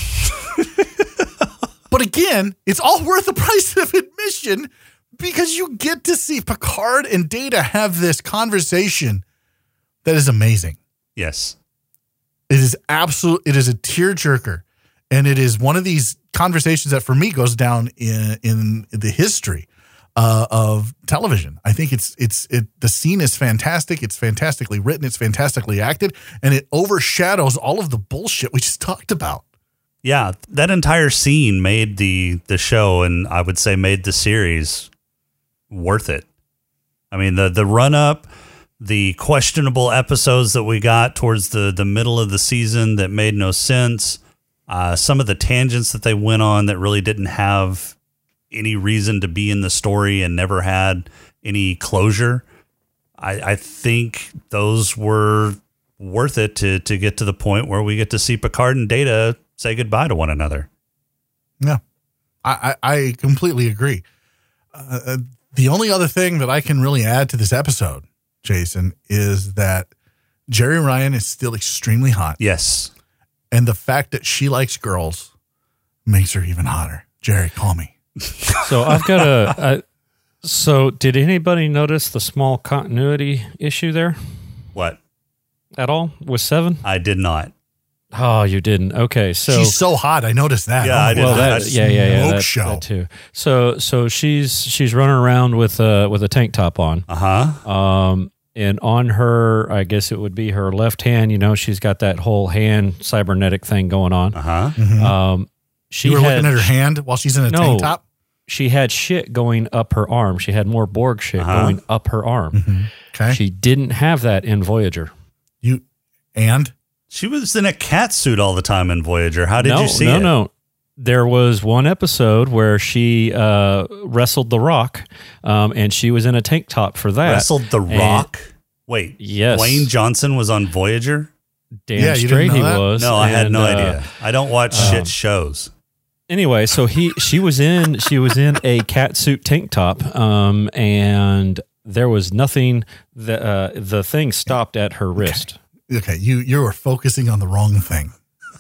Speaker 5: but again, it's all worth the <laughs> price of admission because you get to see Picard and Data have this conversation that is amazing.
Speaker 4: Yes.
Speaker 5: It is absolute. It is a tearjerker, and it is one of these conversations that for me goes down in in the history uh, of television. I think it's it's it. The scene is fantastic. It's fantastically written. It's fantastically acted, and it overshadows all of the bullshit we just <laughs> talked about.
Speaker 4: Yeah, that entire scene made the the show, and I would say made the series worth it. I mean the the run up, the questionable episodes that we got towards the the middle of the season that made no sense. Uh, some of the tangents that they went on that really didn't have any reason to be in the story and never had any closure. I, I think those were worth it to to get to the point where we get to see Picard and Data say goodbye to one another.
Speaker 5: Yeah, I I, I completely agree. Uh, the only other thing that I can really add to this episode, Jason, is that Jerry Ryan is still extremely hot,
Speaker 4: Yes.
Speaker 5: and the fact that she likes girls makes her even hotter. Jerry, call me.
Speaker 6: So I've got a. I, so did anybody notice the small continuity issue there
Speaker 4: What?
Speaker 6: at all with seven?
Speaker 4: I did not.
Speaker 6: Oh, you didn't. Okay, so
Speaker 5: She's so hot. I noticed that. Oh,
Speaker 4: Yeah, I did.
Speaker 6: well,
Speaker 4: Yeah,
Speaker 6: that,
Speaker 4: that's
Speaker 6: yeah, yeah, yeah,
Speaker 5: smoke
Speaker 6: that,
Speaker 5: show.
Speaker 6: that too. So, so she's she's running around with uh with a tank top on,
Speaker 4: Uh huh.
Speaker 6: um, and on her, I guess it would be her left hand. You know, she's got that whole hand cybernetic thing going on.
Speaker 4: Uh huh.
Speaker 6: Um, she
Speaker 5: You were
Speaker 6: had
Speaker 5: looking at her hand while she's in a
Speaker 6: No.
Speaker 5: tank top.
Speaker 6: she had shit going up her arm. She had more Borg shit
Speaker 4: Uh-huh.
Speaker 6: going up her arm.
Speaker 5: Okay.
Speaker 6: She didn't have that in Voyager.
Speaker 5: you and
Speaker 4: She was in a cat suit all the time in Voyager. How did
Speaker 6: no,
Speaker 4: you see
Speaker 6: no,
Speaker 4: it?
Speaker 6: no. There was one episode where she uh, wrestled the Rock, um, and she was in a tank top for that.
Speaker 4: Wrestled the
Speaker 6: And-
Speaker 4: Rock. Wait.
Speaker 6: Yes.
Speaker 4: Wayne Johnson was on Voyager.
Speaker 6: Damn
Speaker 5: Yeah, you didn't
Speaker 6: straight
Speaker 5: know
Speaker 6: he
Speaker 5: that?
Speaker 6: was.
Speaker 4: No, I had
Speaker 6: And,
Speaker 4: no
Speaker 6: uh, um,
Speaker 4: idea. I don't watch shit shows.
Speaker 6: Anyway, so he she was in she was in a catsuit tank top, um, and there was nothing. The uh, the thing stopped at her wrist.
Speaker 5: okay, you you were focusing on the wrong thing.
Speaker 6: <laughs>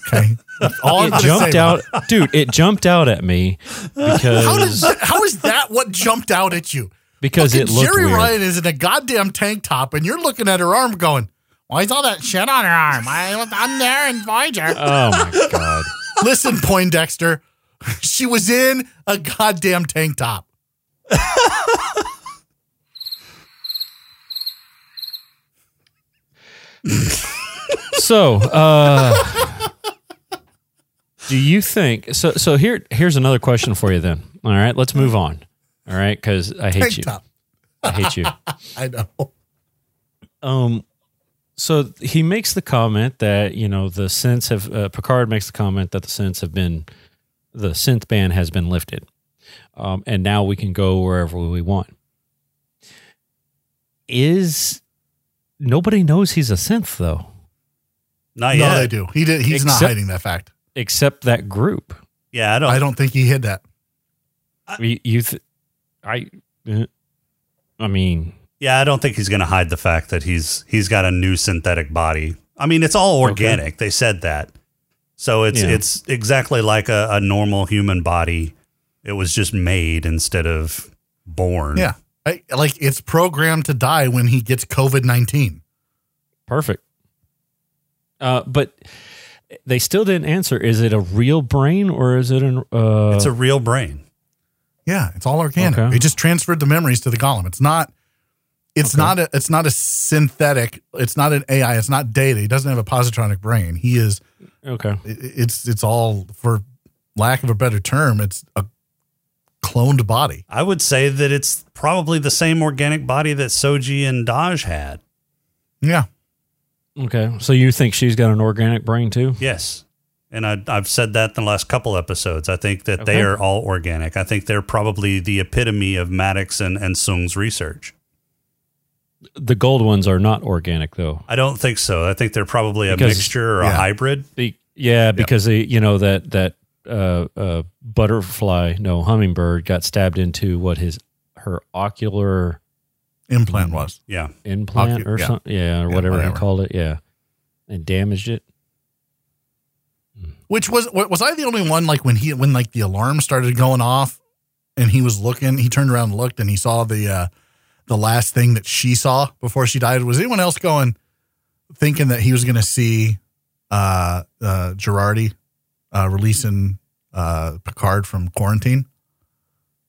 Speaker 5: Okay, That's all Oh, I'm
Speaker 6: It
Speaker 5: gonna
Speaker 6: jumped
Speaker 5: say
Speaker 6: out,
Speaker 5: about
Speaker 6: dude. It jumped out at me
Speaker 5: it. How does
Speaker 6: because
Speaker 5: that, how is that what jumped out at you?
Speaker 6: because
Speaker 5: Fucking
Speaker 6: it looked
Speaker 5: Jerry
Speaker 6: weird.
Speaker 5: Ryan is in a goddamn tank top, and you're looking at her arm, going, "Why is all that shit on her arm? I, I'm there in Voyager."
Speaker 6: <laughs> Oh my god.
Speaker 5: Listen, Poindexter, she was in a goddamn tank top.
Speaker 6: So, uh, do you think so? So here, here's another question for you. Then, all right, let's move on. All right, because I hate
Speaker 5: Tank
Speaker 6: you.
Speaker 5: top.
Speaker 6: I hate you.
Speaker 5: I know.
Speaker 6: Um, so he makes the comment that you know the synths have uh, Picard makes the comment that the synths have been the synth ban has been lifted, um, and now we can go wherever we want. Is nobody knows he's a synth though,
Speaker 4: Not
Speaker 5: no,
Speaker 4: yet.
Speaker 5: they do. He did. He's not
Speaker 6: Except-
Speaker 5: hiding that fact.
Speaker 6: except that group.
Speaker 4: Yeah, I don't.
Speaker 5: I don't think he hid that.
Speaker 6: you, you th- I, uh, I mean,
Speaker 4: yeah, I don't think he's going to hide the fact that he's he's got a new synthetic body. I mean, it's all organic. They said that, so it's
Speaker 6: Yeah.
Speaker 4: it's exactly like a, a normal human body. It was just made instead of born.
Speaker 5: Yeah. I, like it's programmed to die when he gets COVID 19.
Speaker 6: perfect. Uh, but they still didn't answer. Is it a real brain or is it an? Uh,
Speaker 4: it's a real brain.
Speaker 5: Yeah, it's all organic.
Speaker 6: Okay.
Speaker 5: They just transferred the memories to the golem. It's not it's not a it's not a synthetic, it's not an AI, it's not data. He doesn't have a positronic brain. He is
Speaker 6: okay.
Speaker 5: i- it's it's all for lack of a better term, it's a cloned body.
Speaker 4: I would say that it's probably the same organic body that Soji and Daj had.
Speaker 5: Yeah.
Speaker 6: Okay. So you think she's got an organic brain too?
Speaker 4: Yes. And I, I've said that in the last couple episodes. I think that
Speaker 6: Okay.
Speaker 4: they are all organic. I think they're probably the epitome of Maddox and, and Sung's research.
Speaker 6: The gold ones are not organic though.
Speaker 4: I don't think so. I think they're probably a
Speaker 6: Because-
Speaker 4: mixture or a
Speaker 5: yeah.
Speaker 4: hybrid.
Speaker 6: Be- yeah, because they, you know that that uh, uh, butterfly, no hummingbird, got stabbed into what his her ocular
Speaker 5: Implant was.
Speaker 4: Yeah.
Speaker 6: implant
Speaker 5: Ocu-
Speaker 6: or
Speaker 5: yeah.
Speaker 6: something, yeah, or whatever,
Speaker 5: whatever.
Speaker 6: they called it, yeah, and damaged it.
Speaker 5: Which was wa- was I the only one like when he when like the alarm started going off and he was looking, he turned around and looked and he saw the uh the last thing that she saw before she died. Was anyone else going thinking that he was gonna see uh uh Girardi uh releasing uh Picard from quarantine?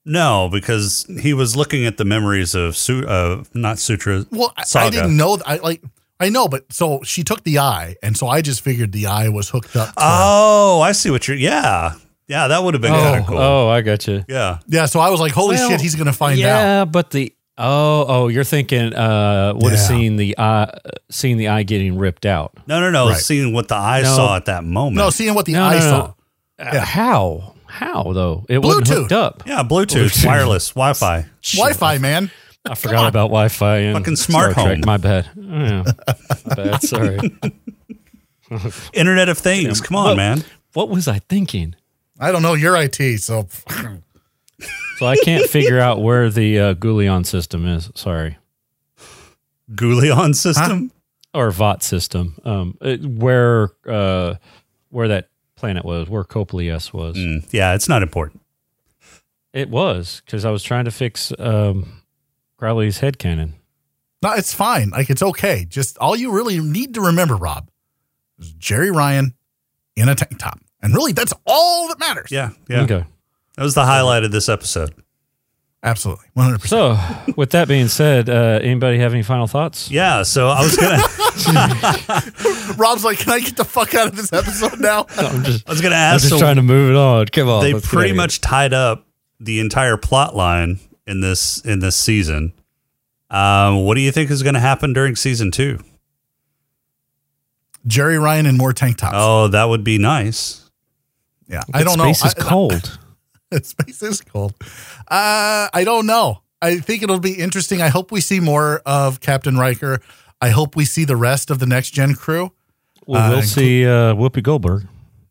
Speaker 4: No, because he was looking at the memories of Su- uh, not Sutra.
Speaker 5: Well, I,
Speaker 4: saga.
Speaker 5: I didn't know. th- I like. I know, but so she took the eye, and so I just figured the eye was hooked up. To,
Speaker 4: Oh, I see what you're. Yeah, yeah, that would have been kind
Speaker 6: Oh,
Speaker 4: of cool.
Speaker 6: oh, I got you.
Speaker 4: Yeah,
Speaker 5: yeah, so I was like, "Holy shit, he's gonna find out."
Speaker 6: Yeah, but the oh oh, you're thinking uh would have
Speaker 5: Yeah.
Speaker 6: seen the eye uh, seen the eye getting ripped out.
Speaker 4: no, no, no.
Speaker 5: Right.
Speaker 4: Seeing what the eye
Speaker 6: No.
Speaker 4: saw at that moment.
Speaker 5: No, seeing what the
Speaker 6: No,
Speaker 5: eye
Speaker 6: no, no.
Speaker 5: saw.
Speaker 6: Uh, How how though? It wasn't
Speaker 5: Bluetooth.
Speaker 6: hooked up.
Speaker 4: yeah, Bluetooth,
Speaker 6: Bluetooth.
Speaker 4: wireless, Wi-Fi.
Speaker 5: Wi-Fi, man.
Speaker 6: I forgot about Wi-Fi and
Speaker 4: Fucking smart
Speaker 6: Star Trek.
Speaker 4: home.
Speaker 6: My bad. Oh,
Speaker 4: <laughs>
Speaker 6: Yeah, my bad. Sorry.
Speaker 4: Internet of Things. Come on,
Speaker 6: Well-
Speaker 4: man.
Speaker 6: What was I thinking?
Speaker 5: I don't know your IT, so <laughs>
Speaker 6: So I can't figure out where the uh, Goulion system is. Sorry,
Speaker 4: Goulion system.
Speaker 6: or Vought system. Um, it, where uh, where that planet was, where Coplius was.
Speaker 4: Mm, yeah, it's not important.
Speaker 6: It was because I was trying to fix um, Crowley's head cannon.
Speaker 5: no, it's fine. Like it's okay. Just all you really need to remember, Rob, is Jerry Ryan in a tank top, and really, that's all that matters.
Speaker 4: Yeah, yeah.
Speaker 6: Okay.
Speaker 4: That was the highlight of this episode.
Speaker 5: absolutely, one hundred percent.
Speaker 6: So, with that being said, uh, anybody have any final thoughts?
Speaker 4: Yeah, so
Speaker 6: <laughs>
Speaker 4: I was gonna,
Speaker 5: Rob's like, "Can I get the fuck out of this episode now?" <laughs>
Speaker 6: <laughs> I'm just,
Speaker 4: I was gonna
Speaker 6: I'm
Speaker 4: ask.
Speaker 6: just
Speaker 4: so
Speaker 6: trying to move it on. Come on.
Speaker 4: they
Speaker 6: let's get out
Speaker 4: pretty
Speaker 6: of here.
Speaker 4: much tied up the entire plot line in this in this season. Um, what do you think is going to happen during season two?
Speaker 5: Jerry Ryan in more tank tops.
Speaker 4: Oh, that would be nice.
Speaker 5: yeah,
Speaker 6: That
Speaker 5: I don't
Speaker 6: space
Speaker 5: know.
Speaker 6: is
Speaker 5: I-
Speaker 6: cold.
Speaker 5: <laughs> space is cold. Uh, I don't know. I think it'll be interesting. I hope we see more of Captain Riker. I hope we see the rest of the next gen crew.
Speaker 6: well, we'll
Speaker 5: Uh,
Speaker 6: see uh, Whoopi Goldberg.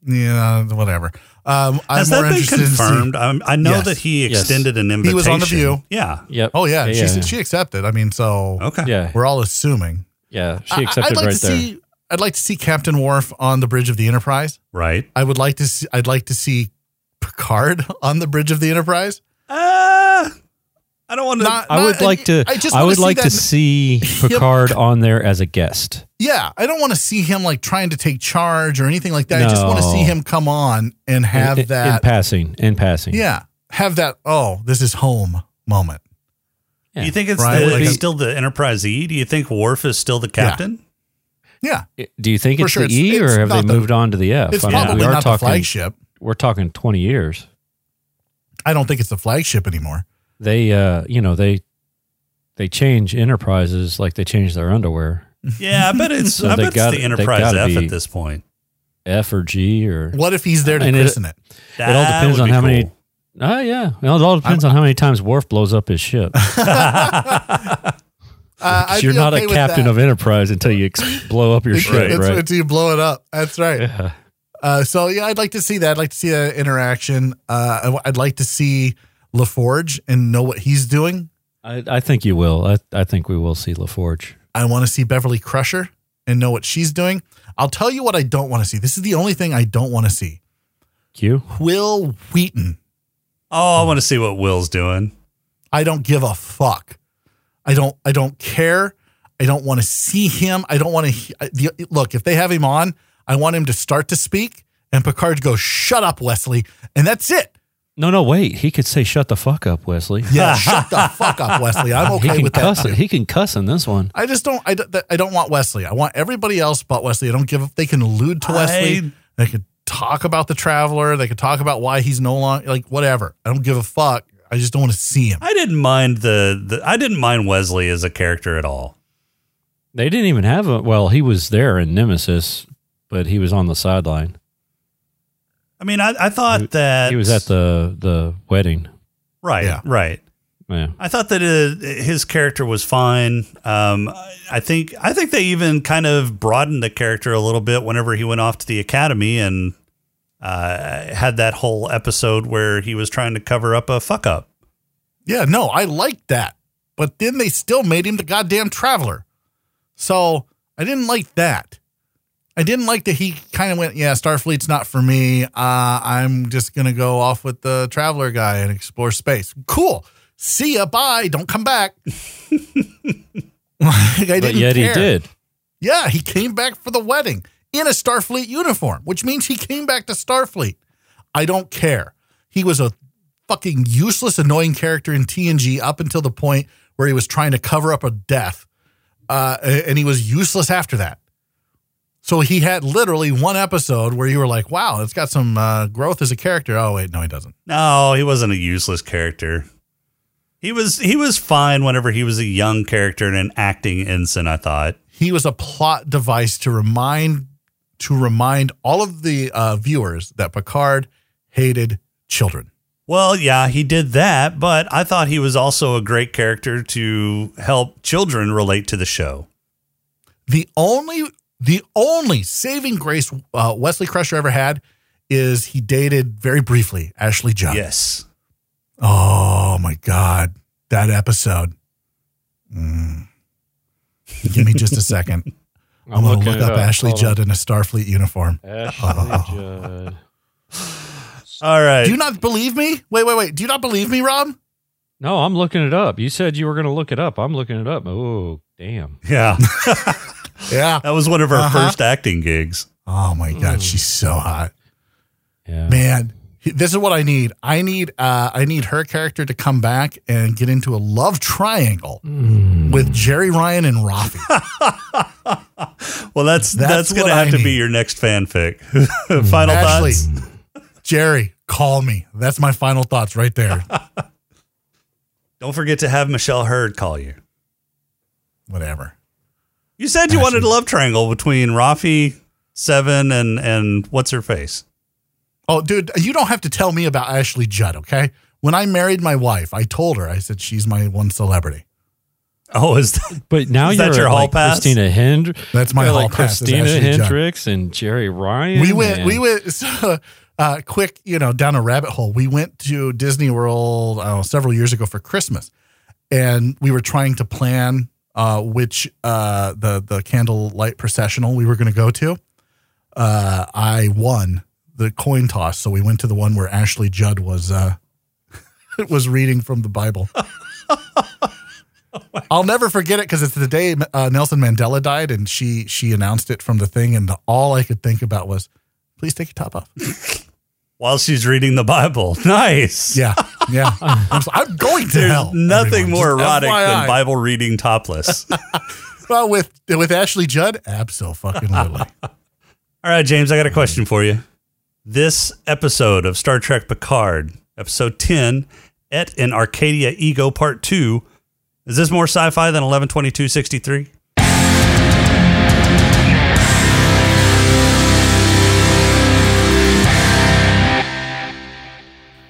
Speaker 5: Yeah, whatever. Um,
Speaker 4: Has
Speaker 5: I'm more
Speaker 4: that been
Speaker 5: interested in seeing-
Speaker 4: confirmed? I'm, I know
Speaker 5: Yes.
Speaker 4: that he
Speaker 6: Yes.
Speaker 4: extended an invitation.
Speaker 5: He was on The View.
Speaker 4: Yeah.
Speaker 6: Yep.
Speaker 5: oh yeah,
Speaker 6: Yeah.
Speaker 5: she she accepted. I mean, so
Speaker 4: Okay.
Speaker 6: yeah.
Speaker 5: we're all assuming
Speaker 6: Yeah,
Speaker 5: I-
Speaker 6: she accepted
Speaker 5: I'd like
Speaker 6: right
Speaker 5: to
Speaker 6: there.
Speaker 5: See, I'd like to see Captain Worf on the bridge of the Enterprise.
Speaker 4: Right.
Speaker 5: I would like to. See, I'd like to see Picard <laughs> on the bridge of the Enterprise.
Speaker 4: Uh, I don't want to.
Speaker 5: Not-
Speaker 6: I would
Speaker 5: not-
Speaker 6: like to. I,
Speaker 5: I just wanna
Speaker 6: would
Speaker 5: see
Speaker 6: like to
Speaker 5: that- <laughs>
Speaker 6: see Picard on there as a guest.
Speaker 5: Yeah, I don't want to see him like trying to take charge or anything like that. I just want to
Speaker 6: No.
Speaker 5: see him come on and have
Speaker 6: in, in- in
Speaker 5: that.
Speaker 6: passing. In passing.
Speaker 5: yeah, have that. Oh, this is home moment.
Speaker 6: Yeah.
Speaker 4: Do you think it's
Speaker 5: Right,
Speaker 4: the,
Speaker 5: like
Speaker 4: it's
Speaker 5: a-
Speaker 4: still the Enterprise E? Do you think Worf is still the
Speaker 5: <laughs>
Speaker 4: captain?
Speaker 5: Yeah,
Speaker 6: Do you think
Speaker 5: For
Speaker 6: it's
Speaker 5: sure,
Speaker 6: the
Speaker 5: it's-
Speaker 6: E,
Speaker 5: it's
Speaker 6: or have they
Speaker 5: not the-
Speaker 6: moved on to the F?
Speaker 5: it's
Speaker 6: I mean,
Speaker 5: probably
Speaker 6: we are
Speaker 5: not the
Speaker 6: talking.
Speaker 5: flagship.
Speaker 6: We're talking twenty years.
Speaker 5: I don't think it's the flagship anymore.
Speaker 6: They, uh, you know, they they change enterprises like they change their underwear.
Speaker 4: Yeah, I bet it's.
Speaker 6: So
Speaker 4: I
Speaker 6: they
Speaker 4: bet
Speaker 6: gotta-
Speaker 4: it's
Speaker 6: they
Speaker 4: the Enterprise
Speaker 6: gotta
Speaker 4: F
Speaker 6: be-
Speaker 4: at this point.
Speaker 6: F or G or
Speaker 5: What if he's there to
Speaker 6: And it-
Speaker 5: christen it?
Speaker 4: That
Speaker 6: all depends
Speaker 4: would
Speaker 6: on
Speaker 4: be
Speaker 6: how many-
Speaker 4: cool.
Speaker 6: oh yeah, well, it all depends on how many times Worf blows up his ship. <laughs>
Speaker 5: Uh, I'd
Speaker 6: 'Cause You're
Speaker 5: be
Speaker 6: not
Speaker 5: okay
Speaker 6: a
Speaker 5: with
Speaker 6: captain
Speaker 5: that.
Speaker 6: of Enterprise until you ex- blow up your ship,
Speaker 5: That's
Speaker 6: right?
Speaker 5: what you blow it up. That's right.
Speaker 6: Yeah.
Speaker 5: Uh, so yeah, I'd like to see that. I'd like to see that interaction. Uh, I w- I'd like to see LaForge and know what he's doing.
Speaker 6: I, I think you will. I, I think we will see LaForge.
Speaker 5: I want to see Beverly Crusher and know what she's doing. I'll tell you what I don't want to see. This is the only thing I don't want to see.
Speaker 6: Q.
Speaker 5: Will Wheaton.
Speaker 4: Oh, I want to see what Will's doing.
Speaker 5: I don't give a fuck. I don't. I don't care. I don't want to see him. I don't want to he- I- the- look. If they have him on, I want him to start to speak, and Picard goes, "Shut up, Wesley," and that's it.
Speaker 6: No, no, wait. He could say "Shut the fuck up, Wesley." <laughs>
Speaker 5: Yeah, shut the fuck up, Wesley. I'm
Speaker 6: he
Speaker 5: okay
Speaker 6: can
Speaker 5: with that.
Speaker 6: cuss. He can cuss in this one.
Speaker 5: I just don't. I, don't- that- I don't want Wesley. I want everybody else but Wesley. I don't give. a- They can allude to Wesley.
Speaker 4: I-
Speaker 5: they could talk about the traveler. They could talk about why he's no longer like whatever. I don't give a fuck. I just don't want to see him.
Speaker 4: I didn't mind the, the. I didn't mind Wesley as a character at all.
Speaker 6: They didn't even have a. Well, he was there in Nemesis, but he was on the sideline.
Speaker 4: I mean, I, I thought that
Speaker 6: He was at the the wedding.
Speaker 4: right,
Speaker 5: Yeah.
Speaker 4: right.
Speaker 6: Yeah.
Speaker 4: I thought that uh his character was fine. Um, I- I think I think they even kind of broadened the character a little bit whenever he went off to the academy and uh, had that whole episode where he was trying to cover up a fuck up.
Speaker 5: Yeah, no, I like that. But then they still made him the goddamn traveler. So I didn't like that. I didn't like that he kind of went, yeah, Starfleet's not for me. Uh, I'm just going to go off with the traveler guy and explore space. Cool. See ya. Bye. Don't come back. <laughs> like, I
Speaker 6: But
Speaker 5: didn't
Speaker 6: yet
Speaker 5: care.
Speaker 6: he did.
Speaker 5: Yeah, he came back for the wedding in a Starfleet uniform, which means he came back to Starfleet. I don't care. He was a fucking useless, annoying character in TNG up until the point where he was trying to cover up a death, uh, a- and he was useless after that. So he had literally one episode where you were like, "Wow, it's got some uh, growth as a character." Oh wait, no, he doesn't.
Speaker 4: No, he wasn't a useless character. He was he was fine whenever he was a young character and an acting ensign. I thought.
Speaker 5: he was a plot device to remind to remind all of the uh, viewers that Picard hated children.
Speaker 4: Well, yeah, he did that, but I thought he was also a great character to help children relate to the show.
Speaker 5: The only the only saving grace uh, Wesley Crusher ever had is he dated very briefly Ashley Judd.
Speaker 4: Yes.
Speaker 5: Oh my God, that episode. Mm. Give me just a
Speaker 6: <laughs>
Speaker 5: second. I'm gonna
Speaker 6: looking
Speaker 5: look
Speaker 6: it
Speaker 5: up, Ashley
Speaker 6: uh, Hold
Speaker 5: Judd in a Starfleet uniform. <laughs>
Speaker 6: on. Ashley Judd.
Speaker 4: All right.
Speaker 5: Do you not believe me? Wait, wait, wait. Do you not believe me, Rob?
Speaker 6: No, I'm looking it up. You said you were going to look it up. I'm looking it up. Oh, damn.
Speaker 5: <laughs>
Speaker 4: yeah,
Speaker 5: Yeah.
Speaker 4: that was one of her
Speaker 5: Uh-huh.
Speaker 4: first acting gigs.
Speaker 5: Oh my
Speaker 6: Hmm.
Speaker 5: God, she's so hot.
Speaker 6: Yeah.
Speaker 5: man this is what i need i need uh i need her character to come back and get into a love triangle with jerry ryan and rafi
Speaker 4: Well, that's that's,
Speaker 5: That's
Speaker 4: going
Speaker 5: what
Speaker 4: to have
Speaker 5: I
Speaker 4: to be
Speaker 5: need.
Speaker 4: your next fanfic. <laughs> <laughs> Final
Speaker 5: Ashley,
Speaker 4: thoughts.
Speaker 5: jerry call me that's my final thoughts right there <laughs>
Speaker 4: Don't forget to have Michelle Hurd call you.
Speaker 5: whatever
Speaker 4: You said you wanted a love triangle between Rafi Seven and and what's her face.
Speaker 5: oh dude you don't have to tell me about ashley judd okay when i married my wife i told her i said she's my one celebrity
Speaker 4: Oh, is that <laughs>
Speaker 6: But now
Speaker 4: Is
Speaker 6: you're
Speaker 4: that your
Speaker 6: at,
Speaker 4: hall
Speaker 6: like
Speaker 4: pass?
Speaker 6: Christina Hendr.
Speaker 5: That's my
Speaker 6: you're
Speaker 5: hall
Speaker 6: like
Speaker 5: pass, is
Speaker 6: Christina
Speaker 5: Ashley Judd.
Speaker 6: Hendricks and Jerry Ryan.
Speaker 5: we went we
Speaker 6: and-
Speaker 5: went <laughs> so, uh quick you know down a rabbit hole we went to disney world I don't know, several years ago for christmas and we were trying to plan uh which uh the the candlelight processional we were going to go to uh i won the coin toss so we went to the one where ashley judd was uh <laughs> was reading from the bible I'll never forget it because it's the day uh, Nelson Mandela died, and she she announced it from the thing, and the, all I could think about was, "Please take your top off."
Speaker 4: while she's reading the Bible? <laughs> Nice.
Speaker 5: <laughs> Yeah, yeah. I'm, so- I'm going to
Speaker 4: There's
Speaker 5: hell.
Speaker 4: nothing more
Speaker 5: everyone. Just
Speaker 4: erotic than
Speaker 5: FYI.
Speaker 4: Bible reading topless. <laughs>
Speaker 5: Well, with with Ashley Judd, absolutely.
Speaker 4: All right, James, I got a question for you. This episode of Star Trek Picard, episode 10, Et in Arcadia Ego Part 2, is this more sci fi than 112263?
Speaker 5: <laughs>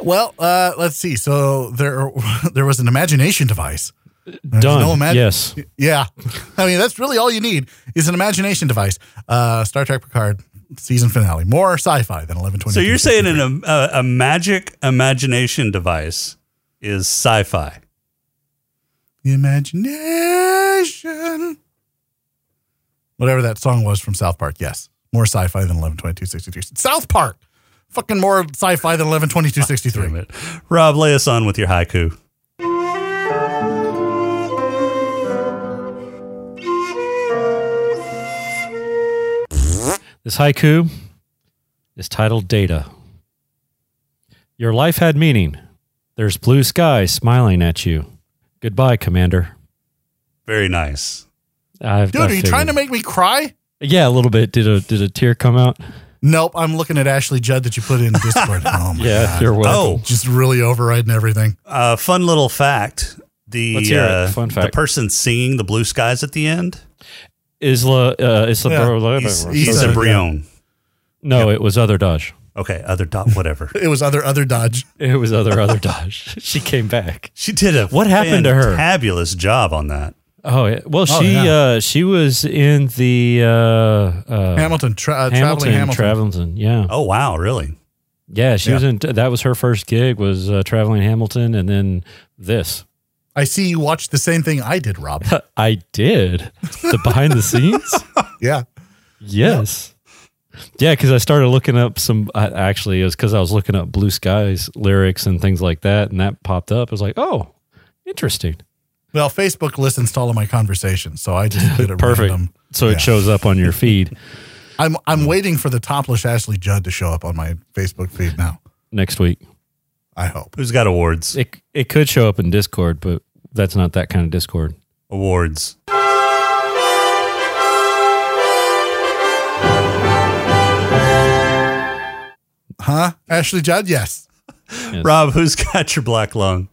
Speaker 5: well, uh, let's see. So there <laughs> there was an imagination device.
Speaker 6: Done.
Speaker 5: no imag-
Speaker 6: yes.
Speaker 5: Yeah, I mean that's really all you need is an imagination device. Uh, Star Trek Picard season finale, more sci-fi than eleven twenty.
Speaker 4: So you're saying an, um, a, a magic imagination device is sci fi.
Speaker 5: The imagination. Whatever that song was from South Park, yes. More sci fi than 112263. South Park! Fucking more sci fi than 112263.
Speaker 4: Rob, lay us on with your haiku.
Speaker 6: This haiku is titled Data. Your life had meaning. There's blue sky smiling at you. Goodbye, Commander.
Speaker 4: Very nice.
Speaker 6: I've
Speaker 5: Dude,
Speaker 6: I
Speaker 5: are you
Speaker 6: figured-
Speaker 5: trying to make me cry?
Speaker 6: Yeah, a little bit. Did a did a tear come out?
Speaker 5: Nope, I'm looking at Ashley Judd that you put in
Speaker 6: <laughs>
Speaker 5: Discord. Oh my
Speaker 6: Yeah,
Speaker 5: God.
Speaker 6: you're welcome.
Speaker 4: Oh,
Speaker 5: Just really overriding everything.
Speaker 4: uh, fun little fact.
Speaker 6: Let's
Speaker 4: The,
Speaker 6: hear it.
Speaker 4: uh,
Speaker 6: Fun
Speaker 4: the
Speaker 6: fact.
Speaker 4: person singing the blue skies at the end,
Speaker 6: Isla uh, Isla
Speaker 5: Yeah,
Speaker 6: Bro-
Speaker 4: he's,
Speaker 6: Bro-
Speaker 4: he's
Speaker 5: Sorry.
Speaker 4: a Brion.
Speaker 6: No, it was other Dodge.
Speaker 4: Okay, other dot, whatever.
Speaker 5: It was other other Dodge.
Speaker 6: It was other other Dodge. <laughs> She came back.
Speaker 4: She did a
Speaker 6: What happened to her?
Speaker 4: Fabulous job on that.
Speaker 6: Oh yeah. Well,
Speaker 5: Oh,
Speaker 6: she
Speaker 5: yeah.
Speaker 6: uh, she was in the uh, uh,
Speaker 5: Hamilton, tra- uh,
Speaker 6: Hamilton,
Speaker 5: traveling Hamilton.
Speaker 6: Travelton. Yeah.
Speaker 4: Oh wow, really?
Speaker 6: Yeah, she
Speaker 5: Yeah.
Speaker 6: was in. That was her first gig was uh, traveling Hamilton, and then this. <laughs>
Speaker 5: I see you watched the same thing I did, Rob.
Speaker 6: I did the behind
Speaker 5: <laughs>
Speaker 6: the scenes.
Speaker 5: yeah.
Speaker 6: Yes. Yeah, because I started looking up some. I, actually, it was because I was looking up Blue Skies lyrics and things like that, and that popped up. I was like, oh, interesting.
Speaker 5: Well, Facebook listens to all of my conversations, so I
Speaker 6: <laughs>
Speaker 5: just did a
Speaker 6: Perfect.
Speaker 5: random.
Speaker 6: So
Speaker 5: yeah.
Speaker 6: it shows up on your feed <laughs>
Speaker 5: I'm I'm waiting for the topless Ashley Judd to show up on my Facebook feed now.
Speaker 6: next week.
Speaker 5: I hope.
Speaker 4: Who's got awards?
Speaker 6: It it could show up in Discord, but that's not that kind of Discord.
Speaker 4: Awards.
Speaker 5: Huh? Ashley Judd? Yes.
Speaker 4: Rob, who's got your black lung?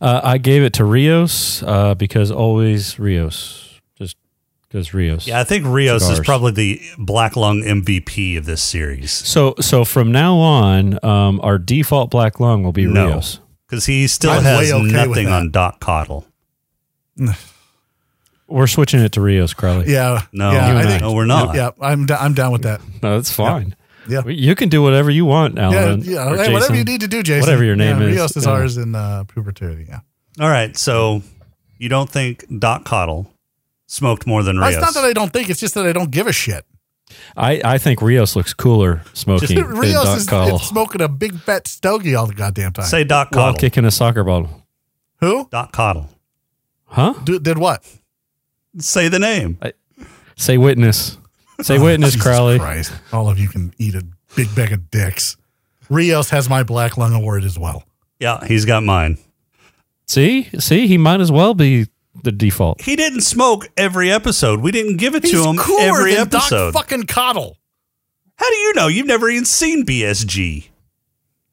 Speaker 6: Uh, I gave it to Rios uh, because always Rios, just because Rios.
Speaker 4: Yeah, I think Rios is
Speaker 6: Cigars.
Speaker 4: probably the black lung MVP of this series.
Speaker 6: So so from now on, um, our default black lung will be
Speaker 4: No,
Speaker 6: Rios.
Speaker 4: because he still
Speaker 5: I'm
Speaker 4: has
Speaker 5: way okay with
Speaker 4: nothing
Speaker 5: that.
Speaker 4: on Doc Cottle.
Speaker 6: We're switching it to Rios, Crowley.
Speaker 5: Yeah.
Speaker 4: No,
Speaker 5: Yeah,
Speaker 6: You
Speaker 5: I
Speaker 6: and
Speaker 5: think,
Speaker 4: no, we're not.
Speaker 5: yeah, I'm, d- I'm down with that.
Speaker 6: No, that's fine.
Speaker 5: Yeah.
Speaker 6: You can do whatever you want,
Speaker 5: Yeah,
Speaker 6: Alan.
Speaker 5: yeah.
Speaker 6: Oh, or
Speaker 5: Hey, whatever
Speaker 6: Jason.
Speaker 5: you need to do, Jason.
Speaker 6: Whatever your name
Speaker 5: yeah,
Speaker 6: is.
Speaker 5: Rios is
Speaker 6: Yeah.
Speaker 5: ours in uh, puberty. Yeah.
Speaker 4: All right, so you don't think Doc Cottle smoked more than Rios?
Speaker 5: It's not that I don't think. It's just that I don't give a shit.
Speaker 6: I, I think Rios looks cooler
Speaker 5: <laughs>
Speaker 6: smoking than
Speaker 5: Rios
Speaker 6: Doc
Speaker 5: is
Speaker 6: Cottle
Speaker 5: is smoking a big fat stogie all the goddamn time.
Speaker 4: Say Doc
Speaker 6: while
Speaker 4: Cottle.
Speaker 6: kicking a soccer ball.
Speaker 5: Who
Speaker 4: Doc Cottle.
Speaker 6: Huh?
Speaker 5: Do, did what?
Speaker 4: Say the name.
Speaker 6: Say witness.
Speaker 5: <laughs>
Speaker 6: Say witness,
Speaker 5: Oh, Jesus
Speaker 6: Crowley.
Speaker 5: Christ. All of you can eat a big bag of dicks. Rios has my black lung award as well.
Speaker 4: Yeah, he's got mine.
Speaker 6: See, see, he might as well be the default.
Speaker 4: He didn't smoke every episode. We didn't give it to him
Speaker 5: cooler
Speaker 4: every
Speaker 5: than
Speaker 4: episode.
Speaker 5: Doc fucking Coddle.
Speaker 4: How do you know? You've never even seen BSG.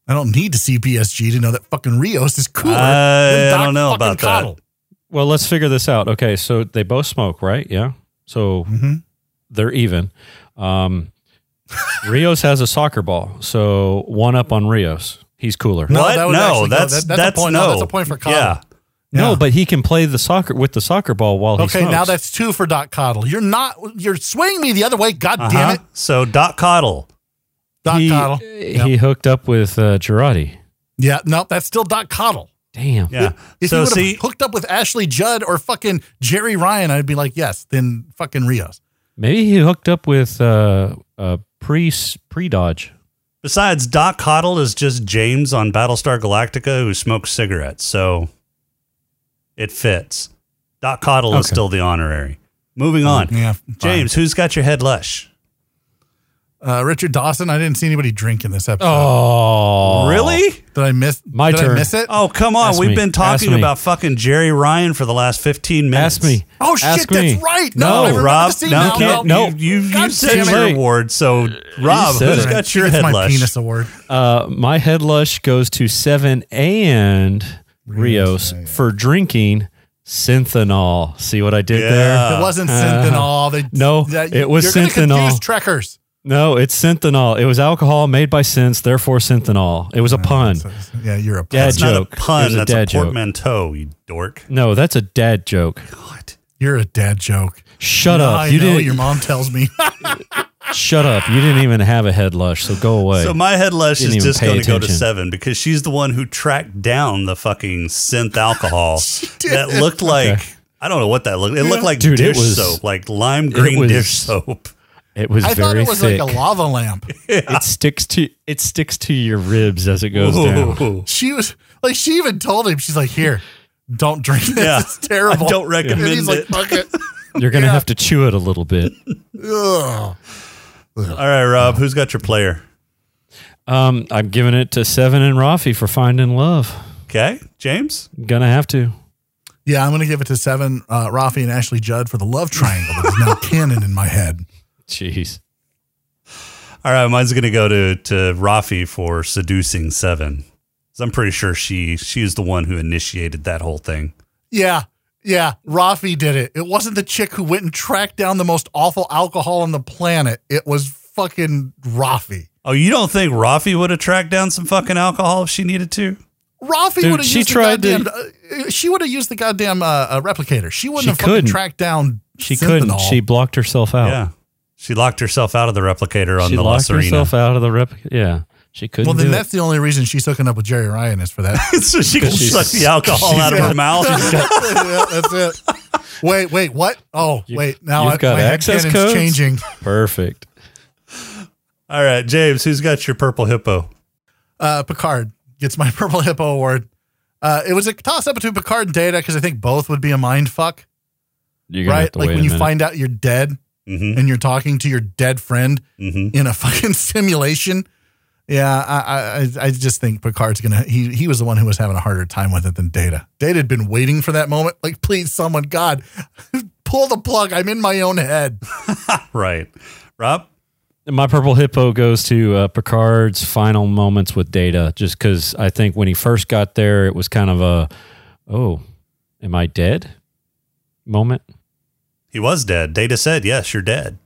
Speaker 5: I don't need to see BSG to know that fucking Rios is cooler.
Speaker 4: I
Speaker 5: than Doc
Speaker 4: don't know
Speaker 5: fucking
Speaker 4: about that.
Speaker 5: Cottle.
Speaker 6: Well, let's figure this out. Okay, so they both smoke, right? Yeah. So
Speaker 5: Mhm.
Speaker 6: they're even. Um, <laughs> Rios has a soccer ball, so one up on Rios. He's cooler.
Speaker 5: No,
Speaker 4: what?
Speaker 5: that would
Speaker 4: no,
Speaker 5: actually go-
Speaker 4: that's
Speaker 5: that-
Speaker 4: that's,
Speaker 5: that's a point-
Speaker 4: no.
Speaker 5: no, that's a point for Cottle.
Speaker 4: Yeah,
Speaker 6: No,
Speaker 5: Yeah.
Speaker 6: but he can play the soccer with the soccer ball while he
Speaker 5: Okay,
Speaker 6: smokes.
Speaker 5: now that's two for Doc Coddle. You're not. You're swinging me the other way. God
Speaker 4: uh-huh.
Speaker 5: damn it,
Speaker 4: So Doc Cottle.
Speaker 5: Doc
Speaker 6: he,
Speaker 5: Coddle.
Speaker 6: He hooked up with uh, Girardi.
Speaker 5: Yeah, no, that's still Doc Coddle.
Speaker 6: Damn.
Speaker 4: Yeah.
Speaker 5: If
Speaker 4: so
Speaker 5: you would
Speaker 4: see,
Speaker 5: have hooked up with Ashley Judd or fucking Jerry Ryan, I'd be like, yes, then fucking Rios.
Speaker 6: Maybe he hooked up with uh, uh, pre pre Dodge.
Speaker 4: besides Doc Cottle is just James on Battlestar Galactica who smokes cigarettes. So it fits. Doc Cottle is
Speaker 6: Okay.
Speaker 4: still the honorary. Moving on.
Speaker 5: Mm, Yeah, fine.
Speaker 4: James, who's got your head lush?
Speaker 5: Uh, Richard Dawson, I didn't see anybody drink in this episode.
Speaker 6: Oh,
Speaker 4: Really?
Speaker 5: Did I miss?
Speaker 6: My
Speaker 5: did I
Speaker 6: turn.
Speaker 5: miss it?
Speaker 4: Oh, come on.
Speaker 6: Ask
Speaker 4: We've
Speaker 6: me.
Speaker 4: been
Speaker 6: Ask
Speaker 4: talking
Speaker 6: me.
Speaker 4: about fucking Jerry Ryan for the last 15 minutes.
Speaker 6: Ask me.
Speaker 5: Oh, shit,
Speaker 6: Ask
Speaker 5: that's
Speaker 6: me.
Speaker 5: right. No, I
Speaker 4: No,
Speaker 5: remember
Speaker 4: Rob.
Speaker 5: the scene
Speaker 4: no,
Speaker 5: now.
Speaker 4: can't,
Speaker 5: No,
Speaker 4: no,
Speaker 5: you-
Speaker 4: you, you,
Speaker 5: God
Speaker 4: have said
Speaker 5: damn
Speaker 4: your
Speaker 6: it.
Speaker 4: award. So, Rob,
Speaker 6: said
Speaker 4: who's
Speaker 6: it.
Speaker 4: got your
Speaker 5: It's
Speaker 4: head
Speaker 5: my
Speaker 4: lush?
Speaker 5: penis award.
Speaker 6: Uh, my head lush goes to seven and Rios, for drinking synthanol. See what I did
Speaker 4: Yeah.
Speaker 6: there? Uh-huh.
Speaker 5: it wasn't synthanol. They,
Speaker 6: no,
Speaker 5: that-
Speaker 6: it was
Speaker 5: you're gonna
Speaker 6: synthanol.
Speaker 5: confuse Trekkers.
Speaker 6: No, it's synthanol. It was alcohol made by synths, therefore synthanol. It was a pun.
Speaker 5: Yeah, you're a
Speaker 6: Dad
Speaker 5: puss.
Speaker 4: It's not
Speaker 6: joke.
Speaker 4: a pun.
Speaker 6: It was a
Speaker 4: That's a
Speaker 6: dad joke.
Speaker 4: portmanteau, you dork.
Speaker 6: No, that's a dad joke.
Speaker 5: You're a dad joke.
Speaker 6: Shut
Speaker 5: No,
Speaker 6: up.
Speaker 5: I
Speaker 6: you
Speaker 5: know.
Speaker 6: didn't
Speaker 5: Your mom tells me.
Speaker 6: shut up. You didn't even have a head lush, so go away.
Speaker 4: So my head lush
Speaker 6: Didn't
Speaker 4: is
Speaker 6: even
Speaker 4: just
Speaker 6: pay
Speaker 4: going to go to
Speaker 6: attention.
Speaker 4: seven because she's the one who tracked down the fucking synth alcohol
Speaker 5: <laughs>
Speaker 4: that looked like I don't know what that looked. It looked like
Speaker 6: Dude, it
Speaker 4: dish
Speaker 6: was-
Speaker 4: soap, like lime green
Speaker 6: was-
Speaker 4: dish soap.
Speaker 6: it
Speaker 5: <laughs>
Speaker 6: was
Speaker 5: I thought
Speaker 6: very
Speaker 5: it was
Speaker 6: thick.
Speaker 5: like a lava lamp.
Speaker 6: It sticks to it sticks to your ribs as it goes down.
Speaker 4: Ooh.
Speaker 5: she was like she even told him she's like here don't drink this
Speaker 4: Yeah.
Speaker 5: it's terrible
Speaker 4: I don't recommend
Speaker 5: and he's like
Speaker 4: it.
Speaker 5: fuck it
Speaker 6: You're gonna have to chew it a little bit.
Speaker 5: Ugh.
Speaker 4: <laughs> All right, Rob, who's got your player?
Speaker 6: Um, I'm giving it to Seven and Rafi for finding love.
Speaker 4: Okay, James.
Speaker 6: Gonna have to.
Speaker 5: yeah i'm gonna give it to seven uh rafi and ashley judd for the love triangle that is now canon in my head
Speaker 6: Jeez.
Speaker 4: All right, mine's going to go to to Rafi for seducing seven. 'Cause I'm pretty sure she she's the one who initiated that whole thing.
Speaker 5: yeah yeah rafi did it it wasn't the chick who went and tracked down the most awful alcohol on the planet it was fucking rafi
Speaker 4: Oh, you don't think Rafi would have tracked down some fucking alcohol if she needed to?
Speaker 5: Rafi
Speaker 6: Dude,
Speaker 5: would have
Speaker 6: she
Speaker 5: used
Speaker 6: tried
Speaker 5: the
Speaker 6: to-
Speaker 5: goddamn. uh, she would have used the goddamn uh, uh, replicator. She wouldn't
Speaker 6: She
Speaker 5: have fucking
Speaker 6: couldn't.
Speaker 5: tracked down.
Speaker 6: She couldn't.
Speaker 5: Synthanol.
Speaker 6: She blocked herself out.
Speaker 4: Yeah. She locked herself out of the replicator on
Speaker 6: Oh. She
Speaker 4: the
Speaker 6: locked
Speaker 4: Los Arena. <laughs>
Speaker 6: herself out of the rep. Yeah. She couldn't.
Speaker 5: Well,
Speaker 6: do
Speaker 5: then
Speaker 6: it.
Speaker 5: that's the only reason she's hooking up with Jerry Ryan is for that.
Speaker 6: <laughs>
Speaker 5: <laughs>
Speaker 4: so she can
Speaker 6: she's-
Speaker 4: suck the alcohol
Speaker 5: she's
Speaker 4: out of her
Speaker 5: got-
Speaker 4: mouth.
Speaker 5: yeah, that's it. Wait, wait, what? Oh, wait. Now
Speaker 6: you've
Speaker 5: I,
Speaker 6: got
Speaker 5: my
Speaker 6: access
Speaker 5: headcanon's
Speaker 6: codes?
Speaker 5: changing.
Speaker 6: perfect.
Speaker 4: All right, James, who's got your purple hippo?
Speaker 5: Uh, Picard gets my <laughs> Purple Hippo Award. Uh, it was a toss up between Picard and Data because I think both would be a mind fuck,
Speaker 6: You're gonna have
Speaker 5: right?
Speaker 6: to
Speaker 5: Like
Speaker 6: wait
Speaker 5: when
Speaker 6: a
Speaker 5: you
Speaker 6: minute.
Speaker 5: find out you're dead
Speaker 4: Mm-hmm.
Speaker 5: <laughs> and you're talking to your dead friend in a fucking simulation. Yeah, I, I, I just think Picard's gonna. He, he was the one who was having a harder time with it than Data. Data had been waiting for that moment. Like, please, someone, God, <laughs> pull the plug. I'm in my own head.
Speaker 4: Right. Rob?
Speaker 6: My purple hippo goes to uh, Picard's final moments with Data, just because I think when he first got there, it was kind of a, oh, am I dead? Moment.
Speaker 4: He was dead. Data said, yes, you're dead.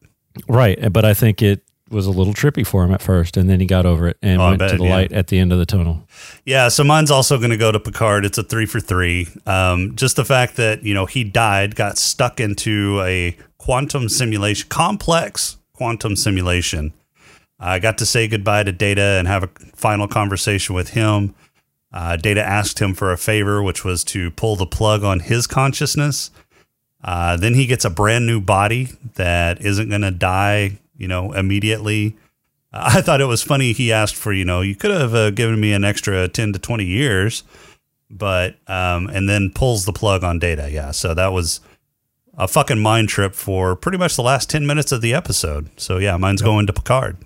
Speaker 6: Right. eh, But I think it was a little trippy for him at first, and then he got over it and
Speaker 4: Oh, I
Speaker 6: went
Speaker 4: bet,
Speaker 6: to the
Speaker 4: yeah.
Speaker 6: light at the end of the tunnel.
Speaker 4: Yeah, so mine's also going to go to Picard. It's a three for three. Um, just the fact that you know he died, got stuck into a quantum simulation, complex quantum simulation. I got to say goodbye to Data and have a final conversation with him. Uh, Data asked him for a favor, which was to pull the plug on his consciousness. Uh, then he gets a brand new body that isn't going to die, you know, immediately. I thought it was funny he asked for, you know, you could have uh, given me an extra 10 to 20 years, but, um, and then pulls the plug on data. Yeah. So that was a fucking mind trip for pretty much the last 10 minutes of the episode. So yeah, mine's going to Picard.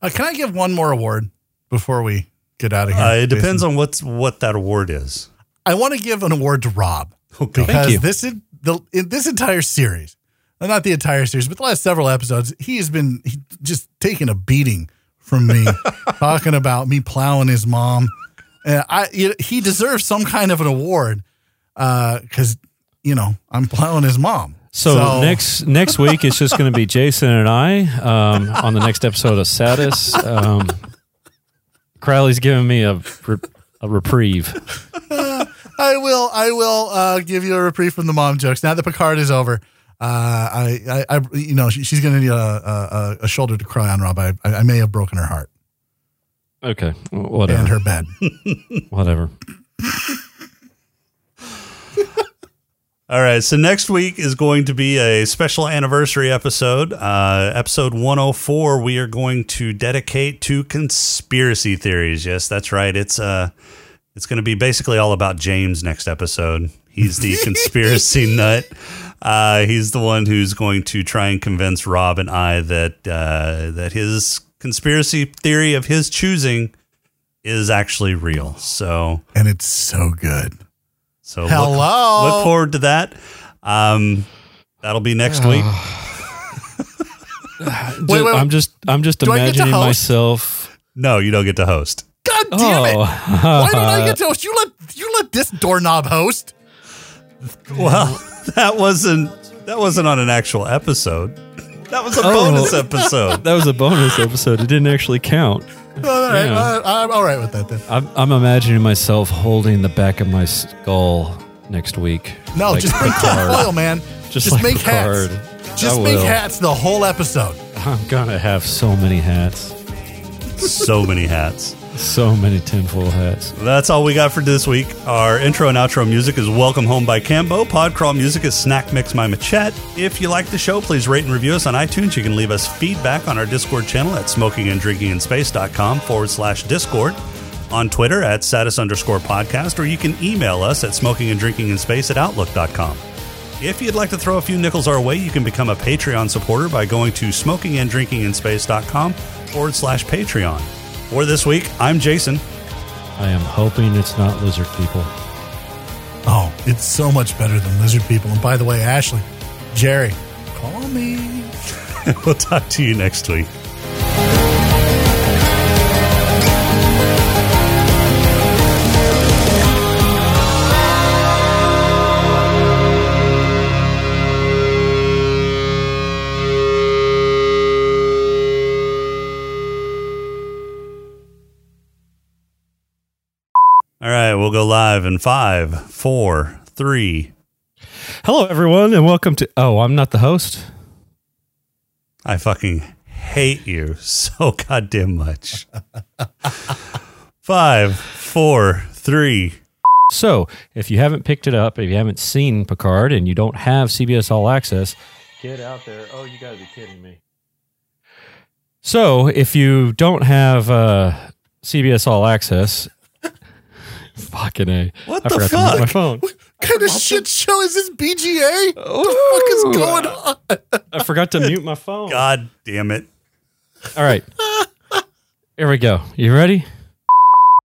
Speaker 5: Uh, can I give one more award before we get out of here?
Speaker 4: Uh, it depends on what's, what that award is.
Speaker 5: I want to give an award to Rob
Speaker 4: Okay.
Speaker 5: because
Speaker 6: you.
Speaker 5: this is the in this entire series, well, not the entire series, but the last several episodes, he has been he, just taking a beating from
Speaker 6: <laughs>
Speaker 5: me, talking about me plowing his mom. And I, you know, he deserves some kind of an award because you know I'm plowing his mom.
Speaker 6: So, next next week, it's just
Speaker 5: <laughs>
Speaker 6: going to be Jason and I um, on the next episode of Satis. Um, Crowley's giving me a, re- a reprieve.
Speaker 5: I will. I will uh, give you a reprieve from the mom jokes. Now that Picard is over, uh, I, I, I, you know, she, she's going to need a, a, a shoulder to cry on, Rob. I, I may have broken her heart
Speaker 6: Okay, whatever.
Speaker 5: and her <laughs> bed.
Speaker 6: Whatever.
Speaker 4: All right. So next week is going to be a special anniversary episode. Uh, episode 104, we are going to dedicate to conspiracy theories. Yes, that's right. It's uh, it's going to be basically all about James next episode. He's the conspiracy nut. Uh, he's the one who's going to try and convince Rob and I that uh, that his conspiracy theory of his choosing is actually real. So
Speaker 5: and it's so good.
Speaker 4: so
Speaker 5: Hello?
Speaker 4: look, look forward to that. Um, that'll be next week.
Speaker 5: Wait, wait,
Speaker 6: I'm just I'm just
Speaker 5: Do I get to
Speaker 6: imagining
Speaker 5: host?
Speaker 6: myself. Oh.
Speaker 4: No, you don't get to host.
Speaker 5: God damn it! Why don't I
Speaker 6: <laughs>
Speaker 5: get to host? You let you let this doorknob host.
Speaker 4: Well, <laughs> that wasn't that wasn't on an actual episode. That was a
Speaker 6: Oh.
Speaker 4: bonus episode.
Speaker 6: That was a bonus episode. It didn't actually count.
Speaker 5: All right,
Speaker 6: Yeah.
Speaker 5: uh, I'm all right with that then.
Speaker 6: I'm, I'm imagining myself holding the back of my skull next week.
Speaker 5: No,
Speaker 6: Like
Speaker 5: just make
Speaker 6: Picard.
Speaker 5: foil, man.
Speaker 6: Just
Speaker 5: Just,
Speaker 6: like
Speaker 5: make
Speaker 6: Picard.
Speaker 5: hats.
Speaker 6: I
Speaker 5: Just
Speaker 6: will.
Speaker 5: make hats the whole episode.
Speaker 6: I'm gonna have so many hats,
Speaker 4: so many hats.
Speaker 6: so many tinfoil hats.
Speaker 4: That's all we got for this week. Our intro and outro music is Welcome Home by Cambo. Podcrawl music is Snack Mix by Machette. If you like the show, please rate and review us on iTunes. You can leave us feedback on our Discord channel at smokinganddrinkinginspace.com forward slash Discord. On Twitter at status underscore podcast, or you can email us at smokinganddrinkinginspace at outlook.com. If you'd like to throw a few nickels our way, you can become a Patreon supporter by going to smokinganddrinkinginspace.com forward slash Patreon. For this week, I'm Jason.
Speaker 6: I am hoping it's not lizard people.
Speaker 5: Oh, it's so much better than lizard people. And by the way, Ashley, Jerry, call me.
Speaker 4: <laughs> we'll talk to you next week. All right, we'll go live in five, four, three.
Speaker 6: Hello, everyone, and welcome to. Oh, I'm not the host.
Speaker 4: I fucking hate you so <laughs> goddamn much. Five, four, three.
Speaker 6: So, if you haven't picked it up, if you haven't seen Picard and you don't have CBS All Access, get out there. Oh, you got to be kidding me. So, if you don't have uh, CBS All Access, <laughs> fucking A.
Speaker 4: What
Speaker 6: I
Speaker 4: the
Speaker 6: forgot to mute my
Speaker 4: fuck?
Speaker 6: phone.
Speaker 5: What kind of shit show is this
Speaker 4: <laughs>
Speaker 5: BGA? What
Speaker 6: Ooh.
Speaker 5: the fuck is going on?
Speaker 6: I forgot to mute my
Speaker 4: <laughs>
Speaker 6: phone.
Speaker 4: God damn it.
Speaker 6: All right. Here we go. You ready?